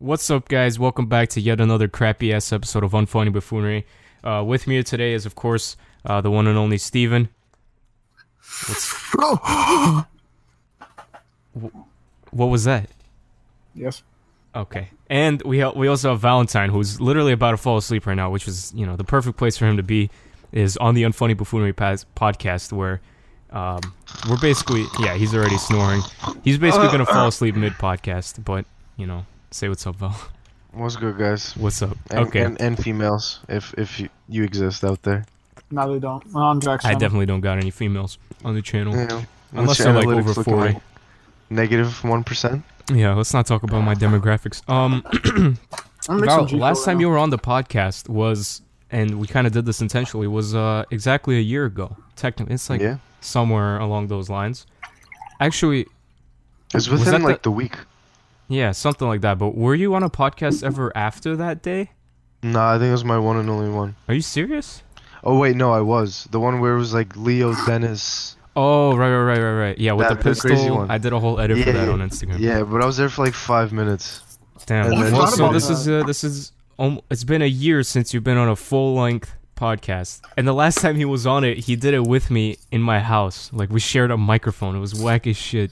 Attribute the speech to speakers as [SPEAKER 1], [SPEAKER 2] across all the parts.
[SPEAKER 1] What's up, guys? Welcome back to yet another crappy ass episode of Unfunny Buffoonery. Uh, with me today is, of course, uh, the one and only Steven.
[SPEAKER 2] Oh,
[SPEAKER 1] What was that?
[SPEAKER 2] yes.
[SPEAKER 1] Okay. And we al- we also have Valentine, who's literally about to fall asleep right now, which is you know the perfect place for him to be, is on the Unfunny Buffoonery pas- podcast, where um, we're basically yeah he's already snoring. He's basically gonna fall asleep mid podcast, but you know say what's up, Val.
[SPEAKER 3] What's good, guys?
[SPEAKER 1] What's up?
[SPEAKER 3] And,
[SPEAKER 1] okay.
[SPEAKER 3] And, and females, if if you, you exist out there.
[SPEAKER 2] No, they don't. Not on Jackson.
[SPEAKER 1] I definitely don't got any females on the channel.
[SPEAKER 3] You know,
[SPEAKER 1] Mm. Unless
[SPEAKER 3] what's your
[SPEAKER 1] they're like
[SPEAKER 3] analytics
[SPEAKER 1] over
[SPEAKER 3] looking
[SPEAKER 1] 40.
[SPEAKER 3] like? Negative one percent.
[SPEAKER 1] Yeah, let's not talk about my demographics. Um,
[SPEAKER 2] I'm
[SPEAKER 1] Val, last time you were on the podcast was, and we kind of did this intentionally, was uh exactly a year ago. Technically, it's like
[SPEAKER 3] yeah,
[SPEAKER 1] somewhere along those lines. Actually,
[SPEAKER 3] it's
[SPEAKER 1] was that
[SPEAKER 3] within like
[SPEAKER 1] the-
[SPEAKER 3] the... week.
[SPEAKER 1] yeah, something like that. But were you on a podcast ever after that day?
[SPEAKER 3] Nah, I think it was my one and only one.
[SPEAKER 1] Are you serious?
[SPEAKER 3] Oh wait, no, I was the one where it was like Leo Dennis.
[SPEAKER 1] Oh, right, right, right, right, right. Yeah, with
[SPEAKER 3] That-
[SPEAKER 1] the
[SPEAKER 3] the crazy
[SPEAKER 1] pistol.
[SPEAKER 3] one.
[SPEAKER 1] I did a whole edit for
[SPEAKER 3] Yeah,
[SPEAKER 1] that
[SPEAKER 3] yeah.
[SPEAKER 1] on Instagram.
[SPEAKER 3] Yeah, but I was there for like five minutes.
[SPEAKER 1] Damn.
[SPEAKER 3] And then-
[SPEAKER 1] Well,
[SPEAKER 3] Forgot
[SPEAKER 1] so
[SPEAKER 3] about
[SPEAKER 1] this
[SPEAKER 2] that.
[SPEAKER 1] is uh, this is um, it's been a year since you've been on a full length podcast, and the last time he was on it, he did it with me in my house. Like we shared a microphone. It was whack as shit.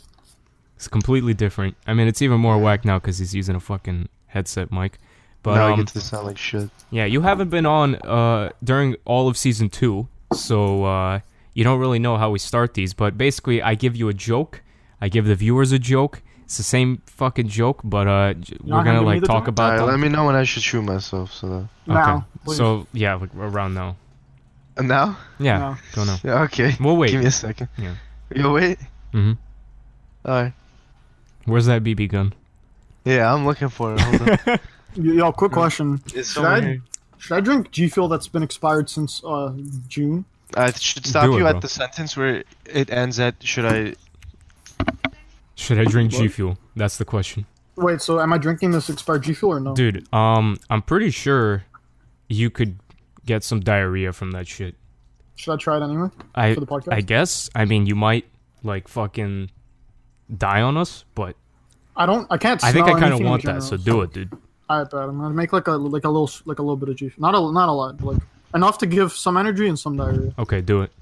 [SPEAKER 1] It's completely different. I mean, it's even more whack now because he's using a fucking headset mic. But
[SPEAKER 3] now I
[SPEAKER 1] um,
[SPEAKER 3] get to sound like shit.
[SPEAKER 1] yeah, you haven't been on uh, during all of season two, so uh, you don't really know how we start these. But basically, I give you a joke, I give the viewers a joke. It's the same fucking joke, but uh, j-
[SPEAKER 2] Not
[SPEAKER 1] we're gonna
[SPEAKER 2] handing me
[SPEAKER 1] like
[SPEAKER 2] the
[SPEAKER 1] talk
[SPEAKER 2] joke?
[SPEAKER 1] about
[SPEAKER 3] Alright,
[SPEAKER 1] them.
[SPEAKER 3] let me know when I should shoot myself. So that.
[SPEAKER 2] Now. please.
[SPEAKER 1] so yeah, like, around now.
[SPEAKER 3] Uh, now?
[SPEAKER 1] Yeah,
[SPEAKER 2] No.
[SPEAKER 1] don't know.
[SPEAKER 3] Yeah. Okay.
[SPEAKER 1] We'll wait.
[SPEAKER 3] Give me a second.
[SPEAKER 1] Yeah.
[SPEAKER 3] You wait.
[SPEAKER 1] hmm
[SPEAKER 3] Alright.
[SPEAKER 1] Where's that BB gun?
[SPEAKER 3] Yeah, I'm looking for it. Hold on.
[SPEAKER 2] Y- Yo, quick question.
[SPEAKER 3] it's
[SPEAKER 2] Should I- Should I drink G Fuel that's been expired since uh, June?
[SPEAKER 3] I should stop
[SPEAKER 1] Do it,
[SPEAKER 3] you
[SPEAKER 1] bro.
[SPEAKER 3] at the sentence where it ends at should I
[SPEAKER 1] Should I drink G
[SPEAKER 2] What?
[SPEAKER 1] Fuel? That's the question,
[SPEAKER 2] Wait, so am I drinking this expired G Fuel or no?
[SPEAKER 1] dude. Um, I'm pretty sure you could get some diarrhea from that shit.
[SPEAKER 2] Should I try it anyway?
[SPEAKER 1] I
[SPEAKER 2] For the podcast?
[SPEAKER 1] I guess. I mean, you might like fucking die on us, but
[SPEAKER 2] I don't. I can't.
[SPEAKER 1] I think
[SPEAKER 2] smell
[SPEAKER 1] I kind of
[SPEAKER 2] anything in
[SPEAKER 1] want that. So
[SPEAKER 2] general.
[SPEAKER 1] do it, dude.
[SPEAKER 2] I bet I'm gonna make like a like a little like a little bit of G Fuel. Not a not a lot. Like enough to give some energy and some diarrhea.
[SPEAKER 1] Okay, do it.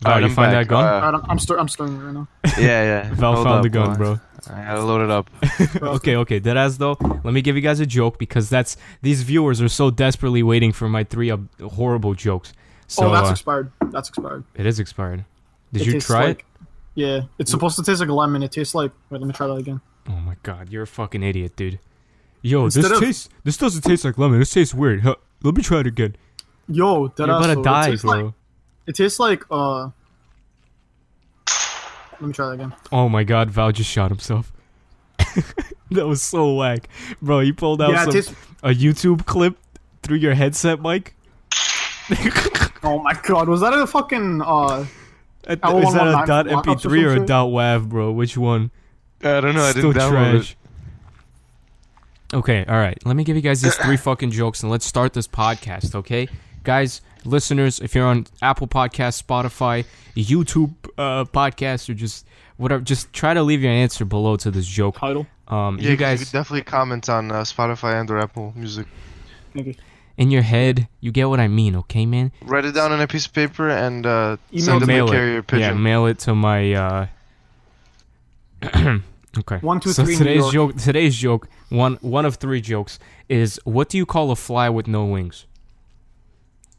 [SPEAKER 1] Val,
[SPEAKER 3] Alright,
[SPEAKER 1] you
[SPEAKER 3] I'm
[SPEAKER 1] find
[SPEAKER 3] back.
[SPEAKER 1] that gun?
[SPEAKER 3] Uh,
[SPEAKER 2] Alright, I'm I'm, stir- I'm stirring it right now.
[SPEAKER 3] yeah, yeah.
[SPEAKER 1] Val
[SPEAKER 3] Hold
[SPEAKER 1] found
[SPEAKER 3] up,
[SPEAKER 1] the gun,
[SPEAKER 3] hold
[SPEAKER 1] bro.
[SPEAKER 3] on. I gotta load it up.
[SPEAKER 1] okay, okay. Dead ass though. Let me give you guys a joke because that's these viewers are so desperately waiting for my three ob- horrible jokes. So
[SPEAKER 2] oh, that's
[SPEAKER 1] uh,
[SPEAKER 2] expired. That's expired.
[SPEAKER 1] it is expired. Did
[SPEAKER 2] It
[SPEAKER 1] you
[SPEAKER 2] tastes
[SPEAKER 1] try
[SPEAKER 2] like-
[SPEAKER 1] it?
[SPEAKER 2] Yeah, it's supposed to taste like lemon. It tastes like. Wait, let me try that again.
[SPEAKER 1] Oh my god, you're a fucking idiot, dude. Yo, this
[SPEAKER 2] Instead of-
[SPEAKER 1] tastes. This doesn't taste like lemon. This tastes weird. Huh, let me try it again.
[SPEAKER 2] Yo, that
[SPEAKER 1] You're
[SPEAKER 2] ass,
[SPEAKER 1] about to
[SPEAKER 2] though. it
[SPEAKER 1] die,
[SPEAKER 2] tastes
[SPEAKER 1] bro.
[SPEAKER 2] Like, it tastes like uh. Let me try that again.
[SPEAKER 1] Oh my god, Val just shot himself. that was so whack, bro. You pulled out
[SPEAKER 2] yeah, it
[SPEAKER 1] some,
[SPEAKER 2] tastes.
[SPEAKER 1] a YouTube clip through your headset mic.
[SPEAKER 2] Oh my god, was that a fucking uh?
[SPEAKER 1] Is that
[SPEAKER 2] L119
[SPEAKER 1] a dot
[SPEAKER 2] lockups or
[SPEAKER 1] MP3 or a
[SPEAKER 2] something?
[SPEAKER 1] dot WAV, bro? Which one?
[SPEAKER 3] I don't know. I
[SPEAKER 1] Still
[SPEAKER 3] didn't download
[SPEAKER 1] trash. Okay, all right. Let me give you guys these three fucking jokes, and let's start this podcast, okay, guys, listeners. If you're on Apple Podcasts, Spotify, YouTube uh, podcast, or just whatever, just try to leave your answer below to this joke.
[SPEAKER 2] Title.
[SPEAKER 1] Um,
[SPEAKER 3] it. Yeah,
[SPEAKER 1] you
[SPEAKER 3] 'cause
[SPEAKER 1] guys,
[SPEAKER 3] could definitely comment on uh, Spotify and or Apple Music.
[SPEAKER 2] Okay.
[SPEAKER 1] in your head, you get what I mean, okay, man?
[SPEAKER 3] Write it down on a piece of paper and uh,
[SPEAKER 2] Email
[SPEAKER 3] send
[SPEAKER 2] to
[SPEAKER 3] them a
[SPEAKER 1] mail
[SPEAKER 3] carrier
[SPEAKER 1] it. Yeah,
[SPEAKER 3] pigeon.
[SPEAKER 1] mail it to my. Uh... okay.
[SPEAKER 2] One, two,
[SPEAKER 1] so
[SPEAKER 2] three, New
[SPEAKER 1] Today's
[SPEAKER 2] York.
[SPEAKER 1] joke. Today's joke. One. One of three jokes is what do you call a fly with no wings?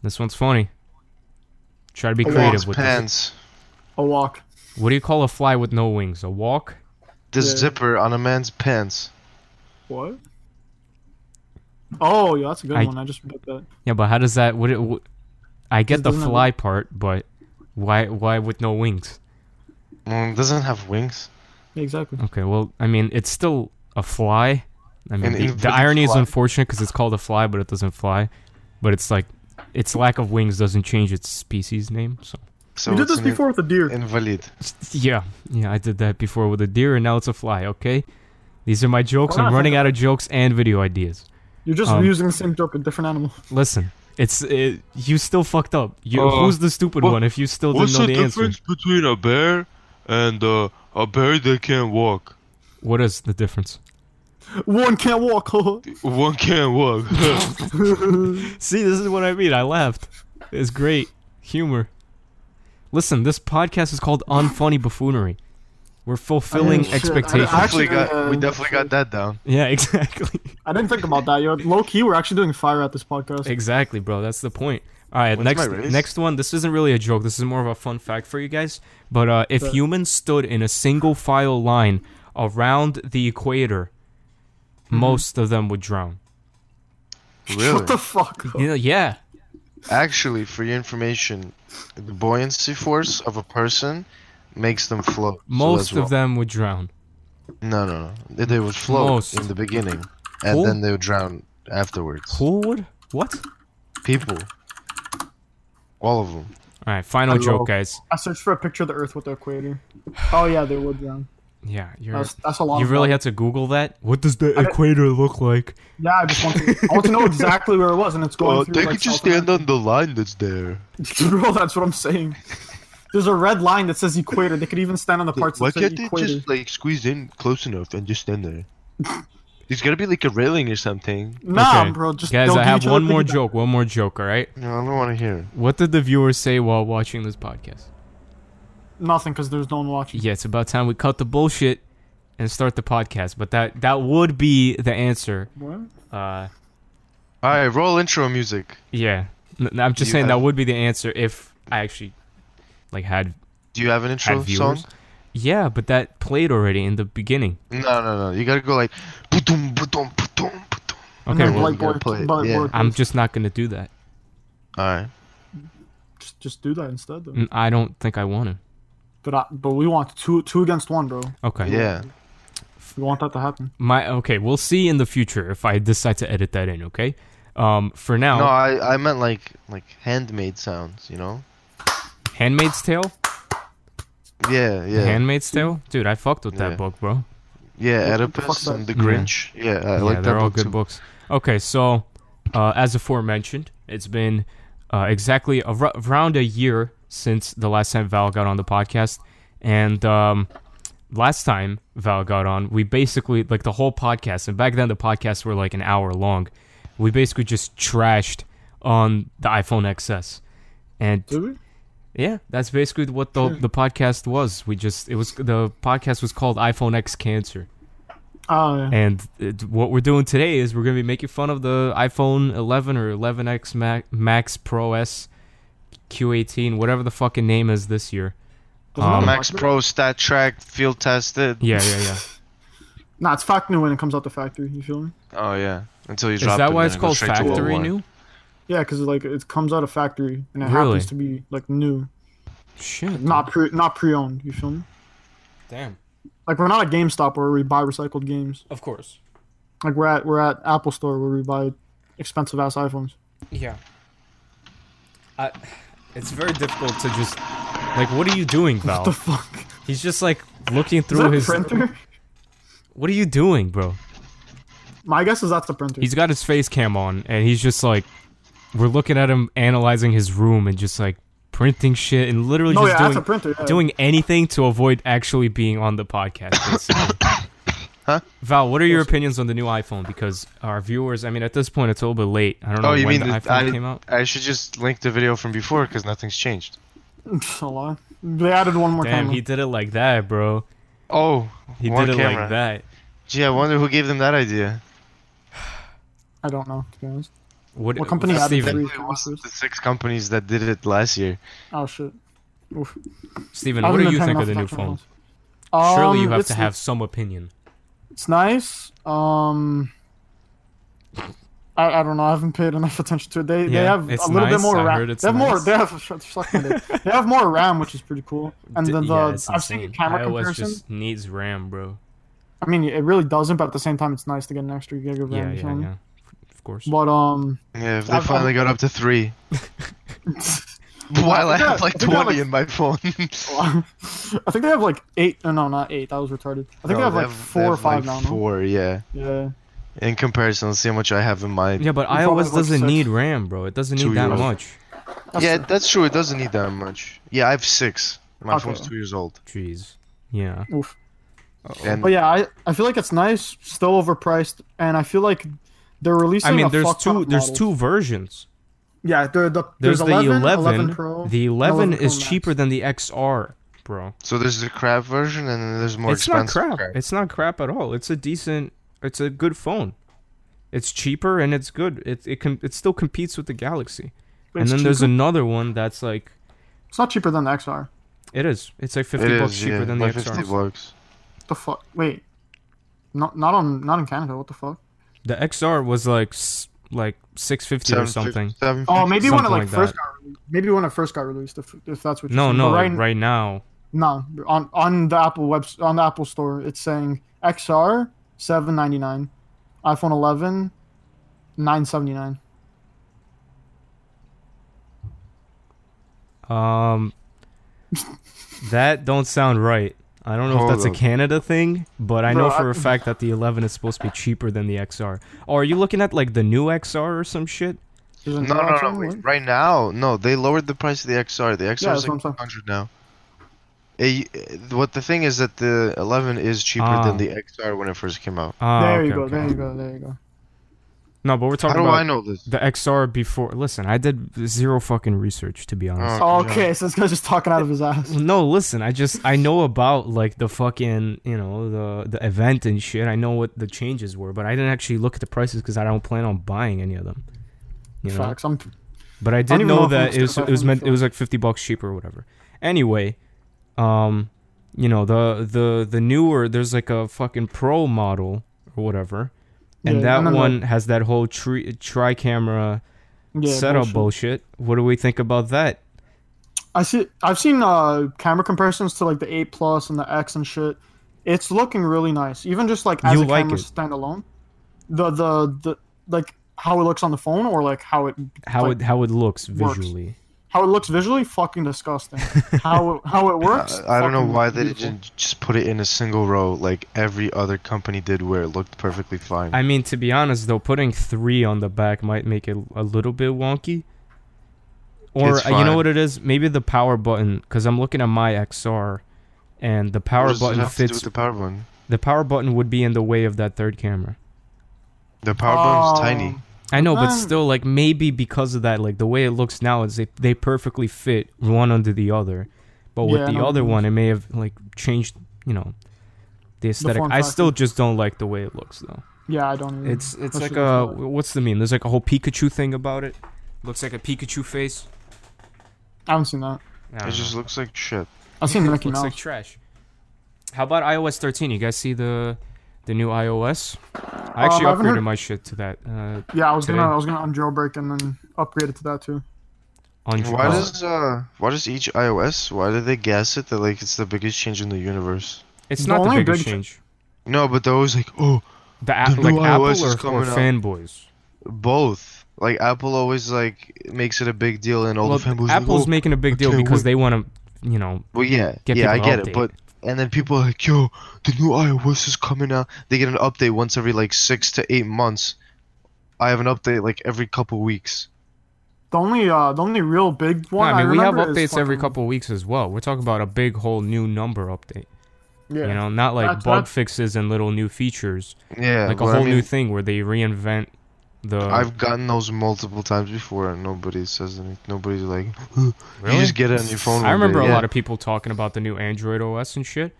[SPEAKER 1] This one's funny. Try to be
[SPEAKER 2] A
[SPEAKER 1] creative
[SPEAKER 3] Walks
[SPEAKER 1] with
[SPEAKER 3] pants.
[SPEAKER 2] A walk.
[SPEAKER 1] this. What do you call a fly with no wings? A walk?
[SPEAKER 3] This
[SPEAKER 2] Yeah.
[SPEAKER 3] zipper on a man's pants.
[SPEAKER 2] What? Oh, yeah, that's a good
[SPEAKER 1] I-
[SPEAKER 2] one. I just put that.
[SPEAKER 1] Yeah, but how does that? What? It, wh- I get
[SPEAKER 2] It
[SPEAKER 1] the
[SPEAKER 2] doesn't have
[SPEAKER 1] fly part, but why? Why with no wings?
[SPEAKER 3] Mm, doesn't have wings.
[SPEAKER 2] Yeah, exactly.
[SPEAKER 1] Okay. Well, I mean, it's still a fly. I mean,
[SPEAKER 3] An
[SPEAKER 1] the, the
[SPEAKER 3] infinite
[SPEAKER 1] irony is
[SPEAKER 3] fly.
[SPEAKER 1] unfortunate because it's called a fly, but it doesn't fly. But it's like its lack of wings doesn't change its species name. So
[SPEAKER 3] So
[SPEAKER 2] We did
[SPEAKER 3] it's
[SPEAKER 2] this
[SPEAKER 3] an in-
[SPEAKER 2] before with a deer.
[SPEAKER 3] Invalid.
[SPEAKER 1] yeah, yeah, I did that before with a deer, and now it's a fly. Okay, these are my jokes.
[SPEAKER 2] Why not?
[SPEAKER 1] I'm running out of jokes and video ideas.
[SPEAKER 2] You're just
[SPEAKER 1] um,
[SPEAKER 2] reusing the same joke, a different animal.
[SPEAKER 1] Listen, it's it, you still fucked up. You,
[SPEAKER 3] Uh,
[SPEAKER 1] who's the stupid
[SPEAKER 3] what-
[SPEAKER 1] one? If you still didn't know the, answer,
[SPEAKER 3] between a bear and uh, a bear that can't walk?
[SPEAKER 1] what is the difference?
[SPEAKER 2] One can't walk.
[SPEAKER 3] One can't walk.
[SPEAKER 1] See, this is what I mean. I laughed. It's great humor. Listen, this podcast is called Unfunny Buffoonery. We're fulfilling
[SPEAKER 2] shit. I-
[SPEAKER 1] expectations.
[SPEAKER 2] I-
[SPEAKER 3] definitely got, we
[SPEAKER 2] Uh,
[SPEAKER 3] definitely got that down.
[SPEAKER 1] yeah, exactly.
[SPEAKER 2] I didn't think about that. Yo, low key, we're actually doing fire at this podcast.
[SPEAKER 1] Exactly, bro. That's the point. All right,
[SPEAKER 3] What's my
[SPEAKER 1] next
[SPEAKER 3] race?
[SPEAKER 1] next one. This isn't really a joke. This is more of a fun fact for you guys. But uh, if
[SPEAKER 2] Okay.
[SPEAKER 1] humans stood in a single file line around the equator, most of them would drown.
[SPEAKER 3] Really?
[SPEAKER 2] What the fuck?
[SPEAKER 1] You know, yeah.
[SPEAKER 3] Actually, for your information, the buoyancy force of a person makes them float. So
[SPEAKER 1] Most
[SPEAKER 3] that's wrong.
[SPEAKER 1] of them would drown.
[SPEAKER 3] No, no, no. They, they would float
[SPEAKER 1] Most.
[SPEAKER 3] in the beginning, and
[SPEAKER 1] Who?
[SPEAKER 3] then they would drown afterwards.
[SPEAKER 1] Who would? What?
[SPEAKER 3] People. All of them.
[SPEAKER 1] All right, final
[SPEAKER 2] Hello.
[SPEAKER 1] joke, guys.
[SPEAKER 2] I searched for a picture of the Earth with the equator. Oh yeah, they would drown.
[SPEAKER 1] Yeah, you're.
[SPEAKER 2] That's that's a lot.
[SPEAKER 1] You
[SPEAKER 2] of
[SPEAKER 1] really
[SPEAKER 2] fun.
[SPEAKER 1] had to Google that. What does the equator look like?
[SPEAKER 2] Yeah, I just want to. I want to know exactly where it was, and it's going
[SPEAKER 3] Uh,
[SPEAKER 2] through. like, South
[SPEAKER 3] on the line that's there.
[SPEAKER 2] America. Bro, that's what I'm saying. There's a red line that says equator. They could even stand on the parts that say equator.
[SPEAKER 3] like squeeze in close enough and just stand there? There's gotta be like a railing or something.
[SPEAKER 2] Nah,
[SPEAKER 1] Okay.
[SPEAKER 2] bro. Just
[SPEAKER 1] Guys,
[SPEAKER 2] they'll
[SPEAKER 1] I
[SPEAKER 2] give
[SPEAKER 1] have
[SPEAKER 2] each other
[SPEAKER 1] one more
[SPEAKER 2] piggyback.
[SPEAKER 1] joke. One more joke. All right.
[SPEAKER 3] No, I don't want to hear.
[SPEAKER 1] What did the viewers say while watching this podcast?
[SPEAKER 2] Nothing, because there's no one watching.
[SPEAKER 1] Yeah, it's about time we cut the bullshit and start the podcast. But that that would be the answer.
[SPEAKER 2] What?
[SPEAKER 1] Uh,
[SPEAKER 3] All right, roll intro music.
[SPEAKER 1] yeah, N- n- I'm just
[SPEAKER 3] You
[SPEAKER 1] saying that
[SPEAKER 3] have-
[SPEAKER 1] would be the answer if I actually like had
[SPEAKER 3] Do you have an
[SPEAKER 1] had
[SPEAKER 3] intro song?
[SPEAKER 1] viewers. Yeah, but that played already in the beginning.
[SPEAKER 3] No, no, no. You gotta go like. Ba-dum, ba-dum, ba-dum, ba-dum.
[SPEAKER 1] Okay,
[SPEAKER 2] then
[SPEAKER 1] well,
[SPEAKER 3] we're
[SPEAKER 2] Light
[SPEAKER 3] gonna
[SPEAKER 2] work,
[SPEAKER 3] play it,
[SPEAKER 2] but
[SPEAKER 3] yeah.
[SPEAKER 2] work
[SPEAKER 1] I'm
[SPEAKER 2] is-
[SPEAKER 1] just not gonna do that.
[SPEAKER 3] All right.
[SPEAKER 2] just just do that instead. Though.
[SPEAKER 1] N- I don't think I want to.
[SPEAKER 2] But I, but we want two two against one, bro.
[SPEAKER 1] Okay.
[SPEAKER 3] Yeah.
[SPEAKER 2] We want that to happen.
[SPEAKER 1] My okay. We'll see in the future if I decide to edit that in. Okay. Um. For now,
[SPEAKER 3] No, I, I meant like like handmade sounds. You know.
[SPEAKER 1] Handmaid's Tale.
[SPEAKER 3] Yeah, yeah.
[SPEAKER 1] Handmaid's Tale. Dude, I fucked with
[SPEAKER 3] Yeah.
[SPEAKER 1] that book, bro.
[SPEAKER 3] Yeah,
[SPEAKER 2] What the
[SPEAKER 3] Oedipus
[SPEAKER 2] fuck
[SPEAKER 3] and The
[SPEAKER 1] that- Yeah.
[SPEAKER 3] Grinch. Yeah, I
[SPEAKER 1] yeah,
[SPEAKER 3] like that
[SPEAKER 1] they're all
[SPEAKER 3] book
[SPEAKER 1] good
[SPEAKER 3] too.
[SPEAKER 1] books. Okay, so uh, as aforementioned, it's been uh, exactly a, r- around a year since the last time Val got on the podcast, and um, last time Val got on, we basically like the whole podcast, and back then the podcasts were like an hour long. We basically just trashed on the iPhone XS, and
[SPEAKER 2] Do we?
[SPEAKER 1] yeah, that's basically what the the podcast was. We just it was the podcast was called iPhone X Cancer.
[SPEAKER 2] Oh yeah.
[SPEAKER 1] And it, what we're doing today is we're gonna be making fun of the iPhone 11 or 11x Ma- Max Pro S Q18, whatever the fucking name is this year.
[SPEAKER 2] Doesn't that
[SPEAKER 1] Um,
[SPEAKER 2] look
[SPEAKER 3] Max
[SPEAKER 2] like it?
[SPEAKER 3] Pro Stat Track Field Tested.
[SPEAKER 1] Yeah, yeah, yeah.
[SPEAKER 2] Nah, it's fact new when it comes out the factory. You feel me?
[SPEAKER 3] Oh yeah. Until you
[SPEAKER 1] is
[SPEAKER 3] drop.
[SPEAKER 1] that
[SPEAKER 3] it,
[SPEAKER 1] why
[SPEAKER 3] then
[SPEAKER 1] it's
[SPEAKER 3] it goes
[SPEAKER 1] called
[SPEAKER 3] straight to
[SPEAKER 1] Factory
[SPEAKER 3] worldwide.
[SPEAKER 1] New?
[SPEAKER 2] Yeah, because like it comes out of factory and it
[SPEAKER 1] Really?
[SPEAKER 2] happens to be like new,
[SPEAKER 1] Shit.
[SPEAKER 2] not pre not pre owned. You feel me?
[SPEAKER 1] Damn.
[SPEAKER 2] Like we're not at GameStop where we buy recycled games.
[SPEAKER 1] Of course.
[SPEAKER 2] Like we're at we're at Apple Store where we buy expensive ass iPhones.
[SPEAKER 1] Yeah. I, it's very difficult to just like. What are you doing,
[SPEAKER 2] What the
[SPEAKER 1] Val?
[SPEAKER 2] fuck?
[SPEAKER 1] He's just like looking
[SPEAKER 2] Is
[SPEAKER 1] through
[SPEAKER 2] that a
[SPEAKER 1] his.
[SPEAKER 2] printer?
[SPEAKER 1] What are you doing, bro?
[SPEAKER 2] My guess is that's the printer.
[SPEAKER 1] He's got his face cam on, and he's just like, we're looking at him analyzing his room and just like printing shit and literally
[SPEAKER 2] no, Oh, yeah,
[SPEAKER 1] just
[SPEAKER 2] that's a
[SPEAKER 1] doing
[SPEAKER 2] printer. Yeah.
[SPEAKER 1] doing anything to avoid actually being on the podcast. basically.
[SPEAKER 3] Huh?
[SPEAKER 1] Val, what are your opinions on the new iPhone? Because our viewers, I mean, at this point, it's a little bit late. I don't know
[SPEAKER 3] Oh, you
[SPEAKER 1] when
[SPEAKER 3] mean
[SPEAKER 1] the
[SPEAKER 3] that
[SPEAKER 1] iPhone
[SPEAKER 3] I-
[SPEAKER 1] came out.
[SPEAKER 3] I should just link the video from before because nothing's changed.
[SPEAKER 2] Pff, a lie. They added one more
[SPEAKER 1] Damn,
[SPEAKER 2] camera.
[SPEAKER 1] he did it like that, bro.
[SPEAKER 3] Oh,
[SPEAKER 1] He
[SPEAKER 3] one
[SPEAKER 1] did it
[SPEAKER 3] camera.
[SPEAKER 1] like that.
[SPEAKER 3] Gee, I wonder who gave them that idea.
[SPEAKER 2] I don't know. To be honest.
[SPEAKER 1] What, uh,
[SPEAKER 2] What company added
[SPEAKER 1] Steven,
[SPEAKER 2] three
[SPEAKER 3] It
[SPEAKER 2] cameras?
[SPEAKER 3] wasn't the six companies that did it last year.
[SPEAKER 2] Oh shit. Oof.
[SPEAKER 1] Steven,
[SPEAKER 2] I
[SPEAKER 1] what do
[SPEAKER 2] haven't been
[SPEAKER 1] you
[SPEAKER 2] paying
[SPEAKER 1] think
[SPEAKER 2] enough
[SPEAKER 1] of the new
[SPEAKER 2] attention to
[SPEAKER 1] phone?
[SPEAKER 2] phones. Um,
[SPEAKER 1] Surely you have
[SPEAKER 2] it's-
[SPEAKER 1] to have some opinion.
[SPEAKER 2] It's nice. Um, I, I don't know. I haven't paid enough attention to it. They
[SPEAKER 1] Yeah,
[SPEAKER 2] they have a
[SPEAKER 1] it's
[SPEAKER 2] little bit
[SPEAKER 1] nice.
[SPEAKER 2] more
[SPEAKER 1] I
[SPEAKER 2] RAM.
[SPEAKER 1] heard it's
[SPEAKER 2] they have more.
[SPEAKER 1] nice.
[SPEAKER 2] They have shut- suck my dick. They have more RAM, which is pretty cool. And
[SPEAKER 1] D-
[SPEAKER 2] then the
[SPEAKER 1] yeah, it's
[SPEAKER 2] I've seen a
[SPEAKER 1] insane.
[SPEAKER 2] camera
[SPEAKER 1] iOS
[SPEAKER 2] comparison.
[SPEAKER 1] just needs RAM, bro.
[SPEAKER 2] I mean, it really doesn't, but at the same time, it's nice to get an extra gig of RAM.
[SPEAKER 1] Yeah,
[SPEAKER 2] or
[SPEAKER 1] yeah,
[SPEAKER 2] something.
[SPEAKER 1] yeah. Of course.
[SPEAKER 2] But um,
[SPEAKER 3] Yeah, if they
[SPEAKER 2] I've-
[SPEAKER 3] finally got up to three. While I
[SPEAKER 2] think
[SPEAKER 3] have
[SPEAKER 2] I-
[SPEAKER 3] like
[SPEAKER 2] I think I have,
[SPEAKER 3] 20
[SPEAKER 2] like-
[SPEAKER 3] in my phone.
[SPEAKER 2] I think they have like eight. No, no, not eight. That was retarded. I think
[SPEAKER 3] No,
[SPEAKER 2] they have like four
[SPEAKER 3] they
[SPEAKER 2] or
[SPEAKER 3] have,
[SPEAKER 2] five
[SPEAKER 3] like,
[SPEAKER 2] now. no?
[SPEAKER 3] Four, yeah.
[SPEAKER 2] Yeah.
[SPEAKER 3] In comparison, let's see how much I have in mine.
[SPEAKER 1] Yeah, but
[SPEAKER 2] You
[SPEAKER 1] iOS
[SPEAKER 2] probably look
[SPEAKER 1] doesn't
[SPEAKER 2] sick.
[SPEAKER 1] need RAM, bro. It doesn't
[SPEAKER 3] Two
[SPEAKER 1] need that
[SPEAKER 3] years.
[SPEAKER 1] much.
[SPEAKER 2] That's
[SPEAKER 3] yeah,
[SPEAKER 2] true.
[SPEAKER 3] that's true. It doesn't need that much. Yeah, I have six. My
[SPEAKER 2] Okay.
[SPEAKER 3] phone's two years old.
[SPEAKER 1] Jeez. Yeah.
[SPEAKER 2] Oof.
[SPEAKER 3] And
[SPEAKER 2] But yeah, I, I feel like it's nice, still overpriced, and I feel like they're releasing.
[SPEAKER 1] I
[SPEAKER 2] a
[SPEAKER 1] mean, there's
[SPEAKER 2] fuck ton
[SPEAKER 1] two.
[SPEAKER 2] of
[SPEAKER 1] There's
[SPEAKER 2] models.
[SPEAKER 1] two versions.
[SPEAKER 2] Yeah, there, the,
[SPEAKER 1] There's,
[SPEAKER 2] there's,
[SPEAKER 1] the
[SPEAKER 2] 11,
[SPEAKER 1] 11.
[SPEAKER 2] 11 Pro.
[SPEAKER 1] the
[SPEAKER 2] and
[SPEAKER 1] 11
[SPEAKER 2] Pro
[SPEAKER 1] is
[SPEAKER 2] Max.
[SPEAKER 1] cheaper than the XR, bro.
[SPEAKER 3] so there's the crap version, and then there's more
[SPEAKER 1] it's not
[SPEAKER 3] expensive.
[SPEAKER 1] crap. It's not crap at all. It's a decent. It's a good phone. It's cheaper and it's good. It it can it still competes with the Galaxy.
[SPEAKER 2] But
[SPEAKER 1] and
[SPEAKER 2] it's
[SPEAKER 1] then there's
[SPEAKER 2] cheaper.
[SPEAKER 1] another one that's like
[SPEAKER 2] It's not cheaper than the XR.
[SPEAKER 1] it is. It's like
[SPEAKER 3] It
[SPEAKER 1] 50 bucks
[SPEAKER 3] is,
[SPEAKER 1] cheaper
[SPEAKER 3] yeah,
[SPEAKER 1] than the
[SPEAKER 3] like 50
[SPEAKER 1] XR.
[SPEAKER 3] bucks.
[SPEAKER 2] The fuck? Wait, not not on not in Canada. What the fuck?
[SPEAKER 1] The XR was like s- like 650 or
[SPEAKER 3] 750
[SPEAKER 1] something.
[SPEAKER 2] Oh,
[SPEAKER 3] 750.
[SPEAKER 2] maybe when it
[SPEAKER 1] Something
[SPEAKER 2] like,
[SPEAKER 1] like
[SPEAKER 2] first
[SPEAKER 1] that.
[SPEAKER 2] got released. maybe when it first got released, if, if that's what.
[SPEAKER 1] No,
[SPEAKER 2] you're saying.
[SPEAKER 1] no,
[SPEAKER 2] But
[SPEAKER 1] right,
[SPEAKER 2] right,
[SPEAKER 1] now.
[SPEAKER 2] no, on on the Apple web on the Apple Store, it's saying XR seven ninety nine, iPhone 11, 979.
[SPEAKER 1] Um that don't sound right. I don't know
[SPEAKER 3] Hold
[SPEAKER 1] if that's
[SPEAKER 3] up.
[SPEAKER 1] a Canada thing, but I know
[SPEAKER 2] Bro, I-
[SPEAKER 1] for a fact that the 11 is supposed to be cheaper than the XR. Oh, are you looking at like the new XR or some shit?
[SPEAKER 2] Isn't
[SPEAKER 3] No,
[SPEAKER 2] that
[SPEAKER 3] no, no.
[SPEAKER 2] actually
[SPEAKER 3] wait,
[SPEAKER 2] what?
[SPEAKER 3] Right now, no, they lowered the price of the XR. The XR
[SPEAKER 2] that's
[SPEAKER 3] is
[SPEAKER 2] what I'm
[SPEAKER 3] like
[SPEAKER 2] saying.
[SPEAKER 3] 100 now. Eh, eh, what the thing is that the 11 is cheaper
[SPEAKER 1] Ah.
[SPEAKER 3] than the XR when it first came out.
[SPEAKER 1] Ah,
[SPEAKER 2] There you
[SPEAKER 1] okay,
[SPEAKER 2] go.
[SPEAKER 1] okay.
[SPEAKER 2] There you go. There you go.
[SPEAKER 1] No, but we're
[SPEAKER 3] How
[SPEAKER 1] talking
[SPEAKER 3] do I
[SPEAKER 1] about
[SPEAKER 3] know this?
[SPEAKER 1] the XR before. Listen, I did zero fucking research to be honest.
[SPEAKER 3] Oh, yeah.
[SPEAKER 2] Okay, so this guy's just talking out of his ass.
[SPEAKER 1] No, listen, I just I know about like the fucking you know the the event and shit. I know what the changes were, but I didn't actually look at the prices because I don't plan on buying any of them. You know,
[SPEAKER 2] Facts. I'm
[SPEAKER 1] but I
[SPEAKER 2] I
[SPEAKER 1] did
[SPEAKER 2] don't even
[SPEAKER 1] know
[SPEAKER 2] know if
[SPEAKER 1] that
[SPEAKER 2] it's
[SPEAKER 1] it was it was meant it
[SPEAKER 2] 25,
[SPEAKER 1] was like fifty bucks cheaper or whatever. Anyway, um, you know the the the newer there's like a fucking pro model or whatever, and
[SPEAKER 2] Yeah,
[SPEAKER 1] that
[SPEAKER 2] and then, like-
[SPEAKER 1] one has that whole tri tri camera.
[SPEAKER 2] yeah,
[SPEAKER 1] setup
[SPEAKER 2] bullshit.
[SPEAKER 1] bullshit. What do we think about that?
[SPEAKER 2] I see. I've seen uh, camera comparisons to like the eight plus and the X and shit. It's looking really nice, even just like as
[SPEAKER 1] You
[SPEAKER 2] a
[SPEAKER 1] like
[SPEAKER 2] camera
[SPEAKER 1] it?
[SPEAKER 2] standalone. The the the like how it looks on the phone or like how it
[SPEAKER 1] How
[SPEAKER 2] Like,
[SPEAKER 1] it how it looks
[SPEAKER 2] works.
[SPEAKER 1] visually.
[SPEAKER 2] how it looks visually fucking disgusting. how it, how it works.
[SPEAKER 3] I, I don't know
[SPEAKER 2] fucking
[SPEAKER 3] why they
[SPEAKER 2] beautiful.
[SPEAKER 3] didn't just put it in a single row like every other company did where it looked perfectly fine.
[SPEAKER 1] I mean, to be honest though, putting three on the back might make it a little bit wonky. Or
[SPEAKER 3] It's
[SPEAKER 1] uh, you know
[SPEAKER 3] fine.
[SPEAKER 1] what it is? Maybe the power button, because I'm looking at my XR, and the
[SPEAKER 3] What
[SPEAKER 1] power
[SPEAKER 3] does it
[SPEAKER 1] button
[SPEAKER 3] have to do
[SPEAKER 1] fits.
[SPEAKER 3] with the power button.
[SPEAKER 1] The power button would be in the way of that third camera.
[SPEAKER 3] The power button's
[SPEAKER 2] Oh.
[SPEAKER 3] tiny.
[SPEAKER 1] I know, but
[SPEAKER 2] Um,
[SPEAKER 1] still, like maybe because of that, like the way it looks now is they they perfectly fit one under the other, but with
[SPEAKER 2] Yeah, I
[SPEAKER 1] the
[SPEAKER 2] know what
[SPEAKER 1] other
[SPEAKER 2] you mean.
[SPEAKER 1] one, it may have like changed, you know, the aesthetic.
[SPEAKER 2] form
[SPEAKER 1] I still
[SPEAKER 2] factor. Mm.
[SPEAKER 1] just don't like the way it looks though.
[SPEAKER 2] Yeah, I don't. Even,
[SPEAKER 1] It's it's
[SPEAKER 2] That
[SPEAKER 1] like
[SPEAKER 2] shit
[SPEAKER 1] a
[SPEAKER 2] looks
[SPEAKER 1] what's the meme? There's like a whole Pikachu thing about it. Looks like a Pikachu face.
[SPEAKER 2] I haven't seen that.
[SPEAKER 1] I don't
[SPEAKER 3] It just
[SPEAKER 1] know.
[SPEAKER 3] looks like shit.
[SPEAKER 2] I've seen
[SPEAKER 1] It
[SPEAKER 2] Mickey
[SPEAKER 1] looks
[SPEAKER 2] Mouse.
[SPEAKER 1] like trash. How about iOS 13? You guys see the the new iOS? I actually
[SPEAKER 2] Um, I haven't
[SPEAKER 1] upgraded
[SPEAKER 2] heard-
[SPEAKER 1] my shit to that. Uh,
[SPEAKER 2] yeah, I was
[SPEAKER 1] today.
[SPEAKER 2] gonna I was gonna unjailbreak and then upgrade it to that too.
[SPEAKER 1] on
[SPEAKER 3] Why
[SPEAKER 1] uh,
[SPEAKER 3] does uh why does each iOS why do they gas it that like it's the biggest change in the universe?
[SPEAKER 1] it's
[SPEAKER 2] The
[SPEAKER 1] not the
[SPEAKER 2] only
[SPEAKER 1] biggest
[SPEAKER 2] big ch-
[SPEAKER 1] change.
[SPEAKER 3] No, but they're always like, oh
[SPEAKER 1] The app,
[SPEAKER 3] The
[SPEAKER 1] like
[SPEAKER 3] new
[SPEAKER 1] Apple or,
[SPEAKER 3] iOS is
[SPEAKER 1] or
[SPEAKER 3] coming out.
[SPEAKER 1] fanboys.
[SPEAKER 3] both. Like Apple always like makes it a big deal and all
[SPEAKER 1] Well,
[SPEAKER 3] the fanboys like,
[SPEAKER 1] Apple's
[SPEAKER 3] "Oh."
[SPEAKER 1] making a big deal
[SPEAKER 3] can't
[SPEAKER 1] because
[SPEAKER 3] wait.
[SPEAKER 1] they want to, you know,
[SPEAKER 3] Well, yeah,
[SPEAKER 1] get
[SPEAKER 3] yeah, I
[SPEAKER 1] people
[SPEAKER 3] get
[SPEAKER 1] updated.
[SPEAKER 3] it, but and then people are like, yo, the new iOS is coming out. They get an update once every like six to eight months. I have an update like every couple weeks.
[SPEAKER 2] The only uh the only real big
[SPEAKER 1] No,
[SPEAKER 2] one.
[SPEAKER 1] I mean, we have
[SPEAKER 2] remember is
[SPEAKER 1] updates every
[SPEAKER 2] fucking-
[SPEAKER 1] couple weeks as well. We're talking about a big whole new number update.
[SPEAKER 2] Yeah.
[SPEAKER 1] You know, not like
[SPEAKER 2] That's-
[SPEAKER 1] bug
[SPEAKER 2] that's-
[SPEAKER 1] fixes and little new features,
[SPEAKER 3] Yeah,
[SPEAKER 1] like a
[SPEAKER 3] but
[SPEAKER 1] whole
[SPEAKER 3] I mean,
[SPEAKER 1] new thing where they reinvent the.
[SPEAKER 3] I've gotten those multiple times before, and nobody says anything. Nobody's like, you just get it on your phone.
[SPEAKER 1] I remember a lot of people talking about the new Android OS and shit,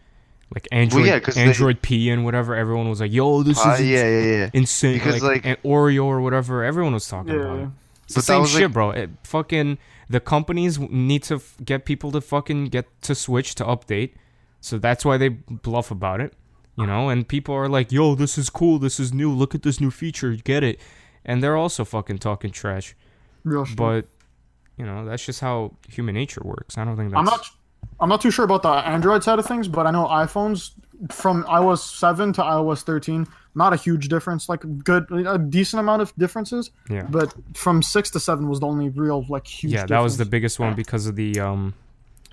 [SPEAKER 1] like Android,
[SPEAKER 3] yeah, 'cause they-
[SPEAKER 1] Android P and whatever. Everyone was like, "Yo, this
[SPEAKER 3] Uh,
[SPEAKER 1] is
[SPEAKER 3] yeah, yeah, yeah.
[SPEAKER 1] insane!"
[SPEAKER 3] because,
[SPEAKER 1] like,
[SPEAKER 3] like-
[SPEAKER 1] and Oreo or whatever. Everyone was talking
[SPEAKER 2] Yeah,
[SPEAKER 1] about
[SPEAKER 2] yeah.
[SPEAKER 1] it. It's the
[SPEAKER 3] But that
[SPEAKER 1] same
[SPEAKER 3] was, like-
[SPEAKER 1] shit, bro. It fucking the companies w- need to f- get people to fucking get to switch to update. So that's why they bluff about it, you know. And people are like, "Yo, this is cool. This is new. Look at this new feature. Get it." And they're also fucking talking trash.
[SPEAKER 2] Real shit.
[SPEAKER 1] But you know, that's just how human nature works. I don't think that's.
[SPEAKER 2] I'm not. I'm not too sure about the Android side of things, but I know iPhones from iOS 7 to iOS 13, not a huge difference, like good, a decent amount of differences.
[SPEAKER 1] Yeah.
[SPEAKER 2] But from 6 to 7 was the only real, like, huge.
[SPEAKER 1] yeah, that was the
[SPEAKER 2] difference.
[SPEAKER 1] biggest one because of the um.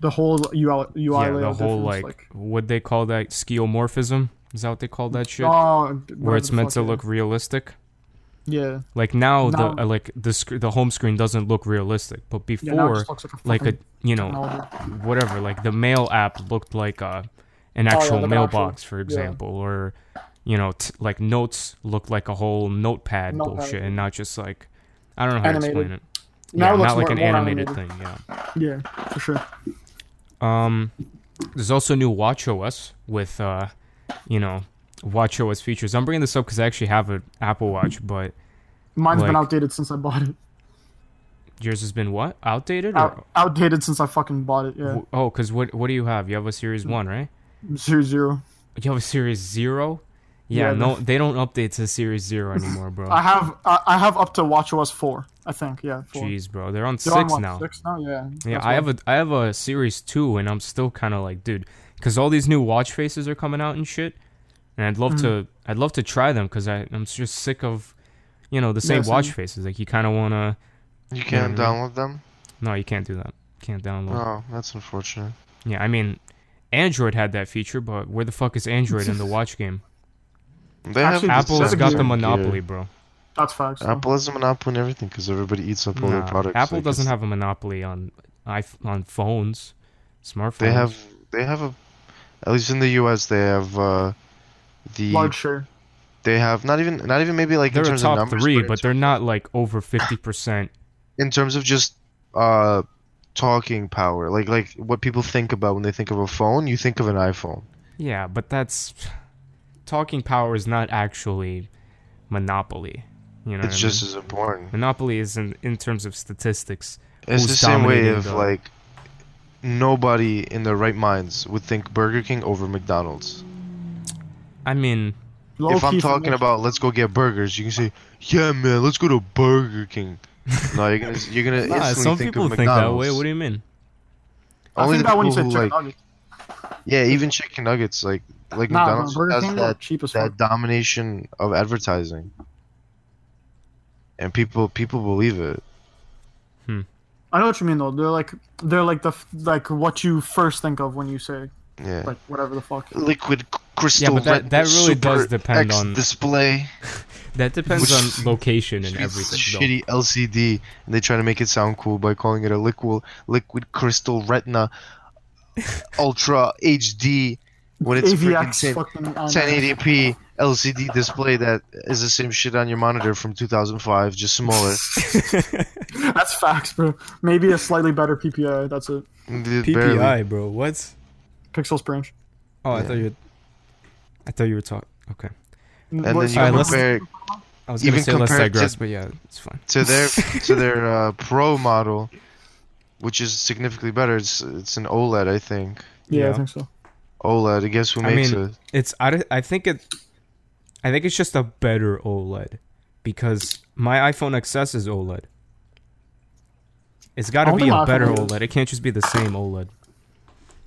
[SPEAKER 2] the whole UI, UI
[SPEAKER 1] Yeah,
[SPEAKER 2] layout
[SPEAKER 1] the whole
[SPEAKER 2] difference,
[SPEAKER 1] like, what they call that skeuomorphism. Is that what they call that shit?
[SPEAKER 2] oh,
[SPEAKER 1] Where
[SPEAKER 2] whatever
[SPEAKER 1] it's
[SPEAKER 2] the
[SPEAKER 1] meant
[SPEAKER 2] fuck
[SPEAKER 1] to
[SPEAKER 2] it is.
[SPEAKER 1] look realistic.
[SPEAKER 2] Yeah.
[SPEAKER 1] Like now, the
[SPEAKER 2] Now-
[SPEAKER 1] uh, like the sc- the home screen doesn't look realistic, but
[SPEAKER 2] yeah now it
[SPEAKER 1] before,
[SPEAKER 2] just looks like a
[SPEAKER 1] like a
[SPEAKER 2] fucking
[SPEAKER 1] you know
[SPEAKER 2] technology.
[SPEAKER 1] whatever, like the mail app looked like a an
[SPEAKER 2] Oh, yeah,
[SPEAKER 1] actual
[SPEAKER 2] like an
[SPEAKER 1] mailbox,
[SPEAKER 2] actual-
[SPEAKER 1] for
[SPEAKER 2] yeah.
[SPEAKER 1] example, or you know, t- like notes look like a whole notepad,
[SPEAKER 2] Notepad.
[SPEAKER 1] bullshit, and not just like I don't know how
[SPEAKER 2] Animated.
[SPEAKER 1] to explain it.
[SPEAKER 2] Now
[SPEAKER 1] yeah,
[SPEAKER 2] it looks
[SPEAKER 1] not like
[SPEAKER 2] more-
[SPEAKER 1] an
[SPEAKER 2] more
[SPEAKER 1] animated,
[SPEAKER 2] animated.
[SPEAKER 1] thing. Yeah.
[SPEAKER 2] Yeah, for sure.
[SPEAKER 1] Um, there's also new WatchOS with uh, you know, WatchOS features. I'm bringing this up because I actually have an Apple Watch, but
[SPEAKER 2] Mine's been
[SPEAKER 1] Like-
[SPEAKER 2] outdated since I bought it.
[SPEAKER 1] yours has been what outdated? Or,
[SPEAKER 2] Out- outdated since I fucking bought it. Yeah, Mm.
[SPEAKER 1] w- oh, because what what do you have? You have a Series One, right?
[SPEAKER 2] zero zero.
[SPEAKER 1] You have a Series Zero. Yeah,
[SPEAKER 2] Yeah,
[SPEAKER 1] no, they don't update to Series Zero anymore, bro.
[SPEAKER 2] I have I, I have up to WatchOS four. I think yeah. Four.
[SPEAKER 1] Jeez, bro, they're on
[SPEAKER 2] They're on
[SPEAKER 1] six
[SPEAKER 2] what,
[SPEAKER 1] now.
[SPEAKER 2] Six now, yeah.
[SPEAKER 1] Yeah, I have a I have a Series Two, and I'm still kind of like, dude, because all these new watch faces are coming out and shit, and I'd love
[SPEAKER 2] Mm.
[SPEAKER 1] to I'd love to try them because I'm just sick of, you know, the same
[SPEAKER 2] Yeah,
[SPEAKER 1] watch
[SPEAKER 2] same.
[SPEAKER 1] faces. Like you kind of wanna.
[SPEAKER 3] You can't download them?
[SPEAKER 1] No, you can't do that. Can't download.
[SPEAKER 3] Oh, that's unfortunate.
[SPEAKER 1] Yeah, I mean, Android had that feature, but where the fuck is Android in the watch game?
[SPEAKER 3] They
[SPEAKER 2] Actually,
[SPEAKER 3] have
[SPEAKER 1] Apple's
[SPEAKER 2] a
[SPEAKER 1] got the
[SPEAKER 2] good
[SPEAKER 1] monopoly, bro.
[SPEAKER 2] That's facts. though.
[SPEAKER 3] Apple has a monopoly on everything because everybody eats up all their
[SPEAKER 1] Nah,
[SPEAKER 3] products.
[SPEAKER 1] Apple
[SPEAKER 3] like,
[SPEAKER 1] doesn't
[SPEAKER 3] it's-
[SPEAKER 1] have a monopoly on iPh- on phones, smartphones.
[SPEAKER 3] They have. They have a. At least in the U.S., they have uh, the.
[SPEAKER 2] large share.
[SPEAKER 3] They have not even not even maybe like
[SPEAKER 1] They're
[SPEAKER 3] in
[SPEAKER 1] a
[SPEAKER 3] terms
[SPEAKER 1] top
[SPEAKER 3] of numbers,
[SPEAKER 1] three,
[SPEAKER 3] in
[SPEAKER 1] but they're not like over fifty percent.
[SPEAKER 3] in terms of just uh talking power like like what people think about when they think of a phone you think of an iphone
[SPEAKER 1] Yeah, but that's talking power is not actually monopoly. You know,
[SPEAKER 3] it's
[SPEAKER 1] what I
[SPEAKER 3] just
[SPEAKER 1] mean?
[SPEAKER 3] as important
[SPEAKER 1] monopoly is in, in terms of statistics.
[SPEAKER 3] it's
[SPEAKER 1] who's
[SPEAKER 3] the same way
[SPEAKER 1] dominating
[SPEAKER 3] if
[SPEAKER 1] the-
[SPEAKER 3] like nobody in their right minds would think burger king over mcdonald's
[SPEAKER 1] I mean,
[SPEAKER 2] Low
[SPEAKER 3] if i'm
[SPEAKER 2] key for
[SPEAKER 3] talking
[SPEAKER 2] me.
[SPEAKER 3] about let's go get burgers you can say yeah man let's go to burger king no you're gonna you're gonna
[SPEAKER 1] nah,
[SPEAKER 3] instantly
[SPEAKER 1] ah, some
[SPEAKER 3] think
[SPEAKER 1] people
[SPEAKER 3] of
[SPEAKER 1] think that way.
[SPEAKER 3] mcdonald's
[SPEAKER 1] What do you mean?
[SPEAKER 2] I
[SPEAKER 3] only
[SPEAKER 2] think
[SPEAKER 3] the
[SPEAKER 2] that when you
[SPEAKER 3] people
[SPEAKER 2] said
[SPEAKER 3] who,
[SPEAKER 2] chicken
[SPEAKER 3] like
[SPEAKER 2] nuggets.
[SPEAKER 3] yeah even chicken nuggets like like
[SPEAKER 2] Nah, bro,
[SPEAKER 3] mcdonald's
[SPEAKER 2] Burger
[SPEAKER 3] has
[SPEAKER 2] King
[SPEAKER 3] that
[SPEAKER 2] that, cheap as fuck.
[SPEAKER 3] that domination of advertising. And people people believe it.
[SPEAKER 2] I know what you mean though. They're like they're like the f- like what you first think of when you say
[SPEAKER 3] Yeah.
[SPEAKER 2] like whatever the fuck.
[SPEAKER 3] Liquid c- crystal.
[SPEAKER 1] but that-
[SPEAKER 3] retinal
[SPEAKER 1] that really does
[SPEAKER 3] Super
[SPEAKER 1] depend
[SPEAKER 3] X
[SPEAKER 1] on-
[SPEAKER 3] display.
[SPEAKER 1] That depends on location and everything. Though.
[SPEAKER 3] Shitty LCD, and they try to make it sound cool by calling it a liquid liquid crystal retina ultra HD when it's freaking
[SPEAKER 2] AVX
[SPEAKER 3] same
[SPEAKER 2] fucking. I know.
[SPEAKER 3] 1080p LCD display that is the same shit on your monitor from 2005, just smaller.
[SPEAKER 2] That's facts, bro. Maybe a slightly better PPI. That's it.
[SPEAKER 3] PPI.
[SPEAKER 1] bro. What?
[SPEAKER 2] Pixels per inch.
[SPEAKER 1] Oh, I
[SPEAKER 3] Yeah.
[SPEAKER 1] thought you. Were, I thought you were talking. Okay,
[SPEAKER 3] And then
[SPEAKER 2] What's-
[SPEAKER 3] you
[SPEAKER 1] Alright, let's-
[SPEAKER 3] compare
[SPEAKER 1] I was gonna
[SPEAKER 3] Even
[SPEAKER 1] say let's
[SPEAKER 3] compared to-
[SPEAKER 1] digress, but yeah, it's fine.
[SPEAKER 3] to their to their uh, pro model, which is significantly better. It's it's an OLED, I think.
[SPEAKER 2] yeah, I
[SPEAKER 1] yeah.
[SPEAKER 2] think so.
[SPEAKER 3] OLED. I guess who
[SPEAKER 1] I
[SPEAKER 3] makes
[SPEAKER 1] mean-
[SPEAKER 3] it?
[SPEAKER 1] It's I, don't- I think it I think it's just a better OLED because my iPhone XS is OLED. It's got to
[SPEAKER 2] I don't
[SPEAKER 1] be
[SPEAKER 2] think
[SPEAKER 1] a
[SPEAKER 2] my
[SPEAKER 1] better
[SPEAKER 2] iPhone is.
[SPEAKER 1] OLED. It can't just be the same E OLED.